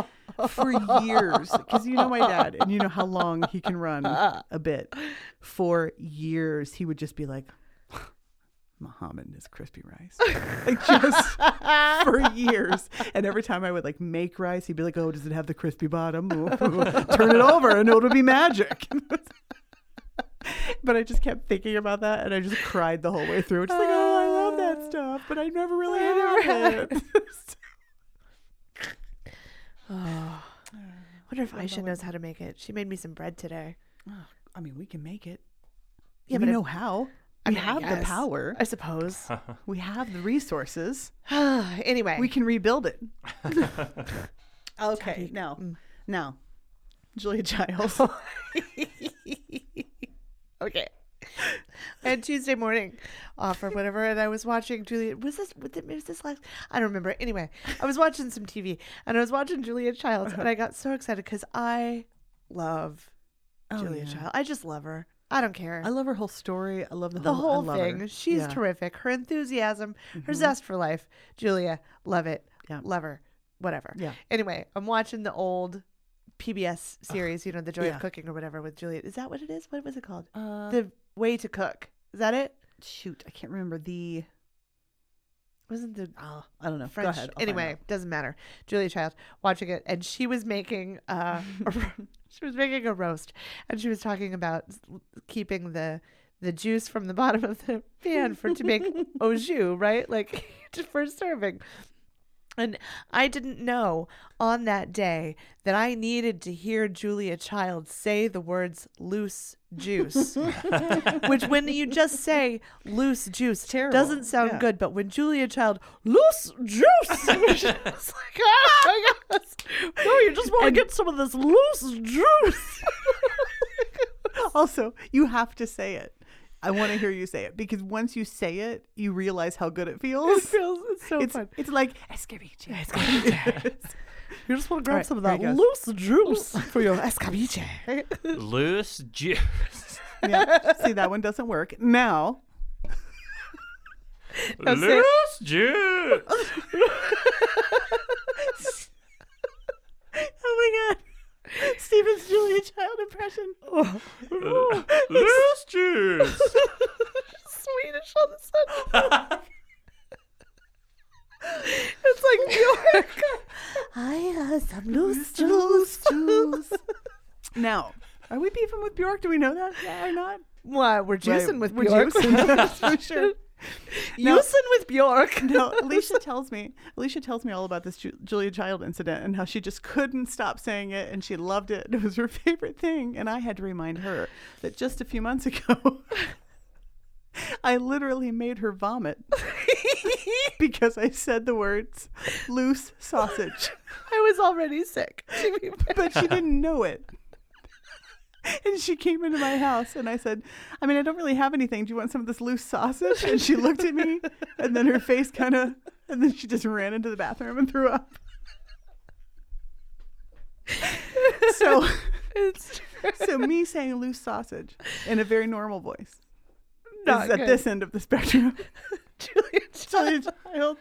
D: for years, because you know my dad, and you know how long he can run a bit. For years, he would just be like, Muhammad is crispy rice. like just for years. And every time I would like make rice, he'd be like, Oh, does it have the crispy bottom? Turn it over and it'll be magic. but I just kept thinking about that and I just cried the whole way through. Just like, oh, I love
C: Ah."
D: that stuff, but I never really had it.
C: wonder if Aisha knows how to make it. She made me some bread today.
D: I mean, we can make it.
C: Yeah,
D: we
C: but if-
D: know how.
C: I
D: We
C: mean, I
D: have the
C: guess.
D: power.
C: I suppose.
D: We have the resources.
C: anyway,
D: We can rebuild it. okay, now, now, Julia Giles.
C: okay. and Tuesday morning, off or whatever, and I was watching Julia. Was this was it- was this last? I don't remember. Anyway, I was watching some TV, and I was watching Julia Childs, and I got so excited because I love Julia
D: Oh, yeah.
C: Child. I just love her. I don't care.
D: I love her whole story. I love the,
C: the
D: whole, I
C: whole
D: love
C: thing.
D: her.
C: She's
D: Yeah. Mm-hmm.
C: terrific. Her enthusiasm, her zest for life. Julia, love it.
D: Yeah.
C: Love her. Whatever.
D: Yeah.
C: Anyway, I'm watching the old PBS series, you know, The Joy
D: Yeah.
C: of Cooking or whatever with Julia. Is that what it is? What was it called?
D: Uh,
C: the Way to Cook. Is that it?
D: Shoot, I can't remember the.
C: Wasn't the
D: Oh, I don't know. Go
C: French.
D: ahead. I'll find
C: anyway,
D: out.
C: doesn't matter. Julia Child watching it, and she was making uh, a ro- she was making a roast, and she was talking about s- keeping the the juice from the bottom of the pan for to make au jus, right? Like for serving. And I didn't know on that day that I needed to hear Julia Child say the words loose juice, which when you just say loose juice
D: terrible.
C: doesn't sound
D: Yeah.
C: good, but when Julia Child loose juice, it's like, oh my gosh, no, you just want to get some of this loose juice.
D: also, you have to say it. I want to hear you say it because once you say it, you realize how good it feels.
C: it feels it's so
D: it's,
C: fun.
D: it's like escabeche.
C: You just want to grab
D: right,
C: some of
D: here
C: that
D: it goes.
C: loose juice for your escabeche.
E: Loose juice.
D: yeah. See, that one doesn't work. Now,
E: Loose juice.
D: oh my god, Steven's Julia Child impression.
E: Loose juice.
C: Swedish all of a sudden. it's like Bjork. I have some loose
D: Juice, juice. now, are we beefing with Bjork? Do we know that or not?
C: Why we're juicing
D: Right,
C: with
D: we're
C: Bjork?
D: juicing, that's for sure. Now-
C: Yusin with Bjork.
D: No, Alicia tells me. Alicia tells me all about this Ju- Julia Child incident and how she just couldn't stop saying it and she loved it. It was her favorite thing. And I had to remind her that just a few months ago, I literally made her vomit because I said the words loose sausage,
C: I was already sick. to be fair.
D: but she didn't know it. And she came into my house and I said, I mean, I don't really have anything. Do you want some of this loose sausage? And she looked at me and then her face kind of, and then she just ran into the bathroom and threw up. So,
C: It's
D: so me saying loose sausage in a very normal voice
C: Not
D: is at
C: good.
D: this end of the spectrum.
C: Julia
D: Julia
C: Child.
D: Child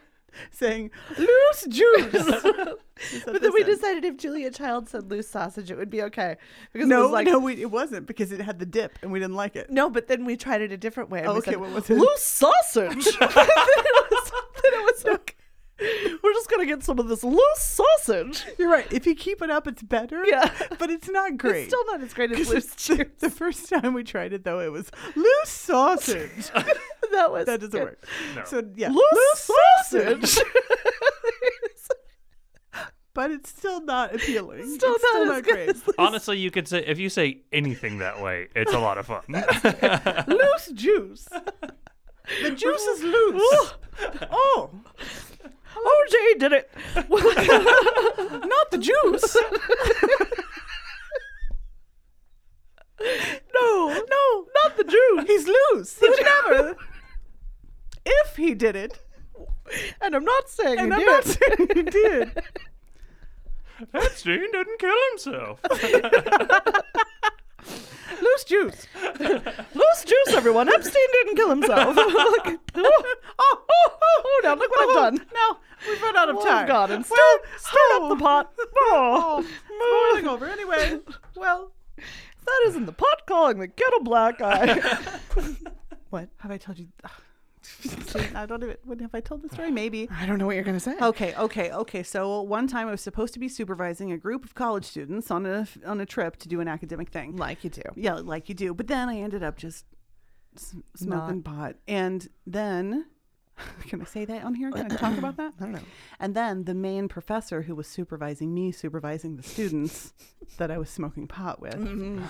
D: saying loose juice. Is at
C: But then we
D: this end.
C: decided if Julia Child said loose sausage, it would be okay because it
D: no,
C: was like
D: no, we, it wasn't because it had the dip and we didn't like it.
C: No, but then we tried it a different way. and
D: Oh,
C: we
D: okay,
C: said,
D: what was it?
C: Loose sausage. then it was, then it was like, we're just gonna get some of this loose sausage.
D: You're right. If you keep it up, it's better.
C: Yeah.
D: but it's not great.
C: It's still not as great as
D: 'Cause
C: loose
D: it's- the,
C: cheese.
D: the first time we tried it, though, it was loose sausage.
C: that was
D: that doesn't
C: good.
D: work. So yeah,
C: Loose,
D: sausage.
C: sausage.
D: but it's still not appealing.
C: still
D: it's
C: not
D: still
C: as
D: not
C: good
D: great.
C: as loose-
E: Honestly, you could say if you say anything that way, it's a lot of fun.
D: loose juice. The juice is loose. oh,
C: OJ did it.
D: not the juice.
C: no, no, not the Jew.
D: He's loose. He would never. If he did it,
C: And I'm not saying
D: and
C: you
D: I'm
C: did.
D: not saying he did.
E: Epstein didn't kill himself.
D: Loose juice.
C: Loose juice, everyone. Epstein didn't kill himself. Look. Oh, oh, oh, oh, now look what I've done.
D: No, we've run out of
C: Oh,
D: time.
C: God, and stir,
D: Well,
C: stir up the pot.
D: Oh,
C: Oh.
D: it's boiling over anyway. Well,
C: That isn't the pot calling the kettle black eye. what?
D: have I told you? I don't even. What, have I told the story? Maybe.
C: I don't know what you're going to say.
D: Okay, okay, okay. So one time I was supposed to be supervising a group of college students on a on a trip to do an academic thing.
C: Like you do.
D: Yeah, like you do. But then I ended up just s- smoking pot. And then, can I say that on here? Can I talk about that? I
C: don't know.
D: And then the main professor who was supervising me, supervising the students that I was smoking pot with,
C: Mm-hmm.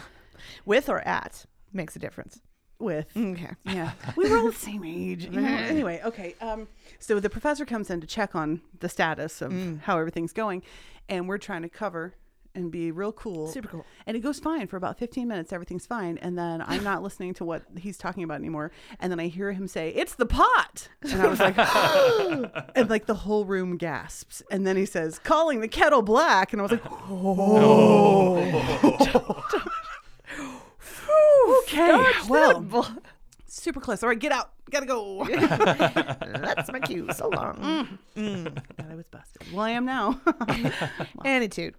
C: With or at makes a difference.
D: with.
C: Okay.
D: Yeah, we were all the same age. you know? Anyway, okay. Um, so the professor comes in to check on the status of
C: Mm.
D: how everything's going, and we're trying to cover and be real cool.
C: Super cool.
D: And it goes fine for about 15 minutes. Everything's fine. And then I'm not listening to what he's talking about anymore. And then I hear him say, It's the pot. And I was like, And like the whole room gasps. And then he says, Calling the kettle black. And I was like, Oh. okay. well,
C: Well,
D: super close. All right, get out. Gotta go.
C: that's my cue. So long.
D: God, I was busted. Well, I am now.
C: Attitude.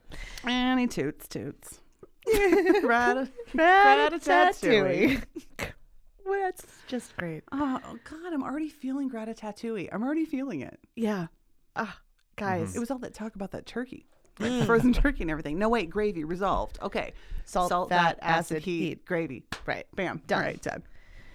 D: Annie toots toots. right. Ratatouille.
C: Ratatouille. well, that's just great.
D: Oh God, I'm already feeling gratatatouille. I'm already feeling it.
C: Yeah. Ah, guys.
D: It was all that talk about that turkey, like
C: Mm.
D: frozen turkey and everything. No wait, gravy resolved. Okay,
C: Salt, fat, acid, heat.
D: gravy.
C: Right.
D: Bam.
C: Done.
D: All right, done.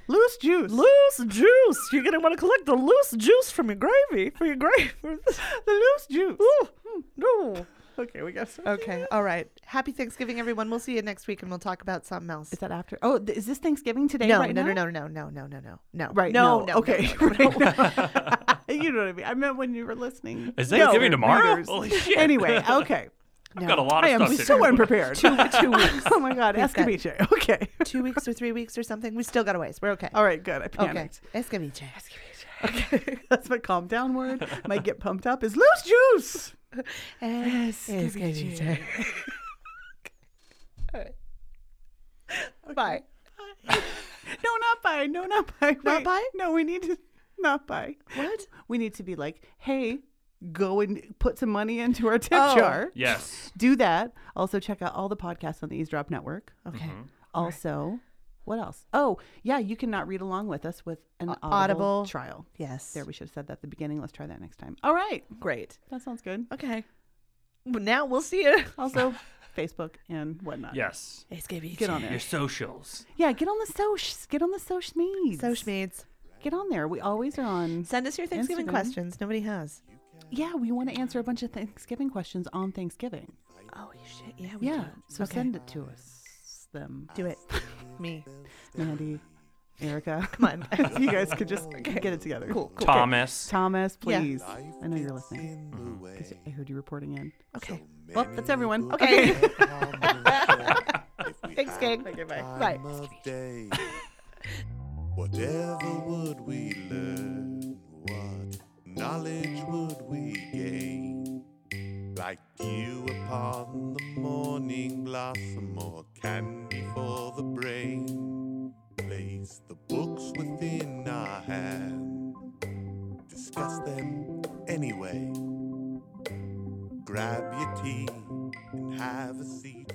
D: Loose juice.
C: Loose juice. You're gonna want to collect the loose juice from your gravy for your gravy.
D: the loose juice. Hmm.
C: no.
D: Okay, we got. Some.
C: Okay. All right. Happy Thanksgiving, everyone. We'll see you next week, and we'll talk about something else.
D: Is that after? Oh, th- is this Thanksgiving today?
C: No,
D: right
C: no,
D: now?
C: no, no, no, no, no, no, no, no.
D: Right.
C: No.
D: no.
C: no,
D: okay.
C: No, no, no.
D: right now. you know what I mean. I meant when you were listening.
E: Is Thanksgiving tomorrow?
D: readers.
E: Holy shit.
D: Anyway, okay.
E: I've got a lot
D: I
E: of
D: am
E: stuff to
D: so
E: do.
D: unprepared. two, two weeks. Oh my god,
C: got-
D: Escabeche. Okay.
C: Two weeks or three weeks or something. We still got a ways. We're okay.
D: All right, good. I
C: Okay.
D: panicked.
C: Escabeche.
D: Okay. That's my calm down word. My get pumped up is loose juice.
C: Es-
D: Escabeche.
C: Escabeche. All right. Bye.
D: No, not by. No, not by. Wait.
C: by?
D: No, Mm-hmm. we need to not by.
C: What?
D: We need to be like, hey, go and put some money into our tip
C: Oh.
D: jar.
E: Yes.
D: Do that. Also check out all the podcasts on the Eavesdrop Network.
C: Okay.
D: Also, what else? Oh, yeah, you cannot read along with us with an
C: A-
D: audible,
C: Audible.
D: trial.
C: Yes.
D: There, we should have said that at the beginning. Let's try that next time. All right.
C: Great.
D: That sounds good.
C: Okay. Well, now we'll see you.
D: Also, Facebook and whatnot.
E: Yes.
C: Escabeche.
D: Get on
E: Your
D: there.
E: socials.
D: Yeah, get on the social. Get on the social media.
C: So schmeeds.
D: Get on there. We always are on.
C: Send us your Thanksgiving
D: Instagram.
C: questions. Nobody has.
D: Yeah, we want to answer a bunch of Thanksgiving questions on Thanksgiving.
C: Oh shit! Yeah,
D: Yeah, so
C: Okay.
D: send it to us. Them,
C: do it. Me,
D: Mandy, Erica.
C: come on.
D: you guys could just get it together. Cool. cool.
E: Thomas.
D: Thomas,
C: Yeah.
D: please. I know you're listening. 'Cause I heard you reporting in.
C: Okay.
D: Well, that's everyone.
C: Okay. Thanks, gang. Okay, bye. Bye.
B: of day. Whatever would we learn? What knowledge would we gain? Like you upon the morning blossom or candy for the brain. Place the books within our hand. Discuss them anyway. Grab your tea and have a seat.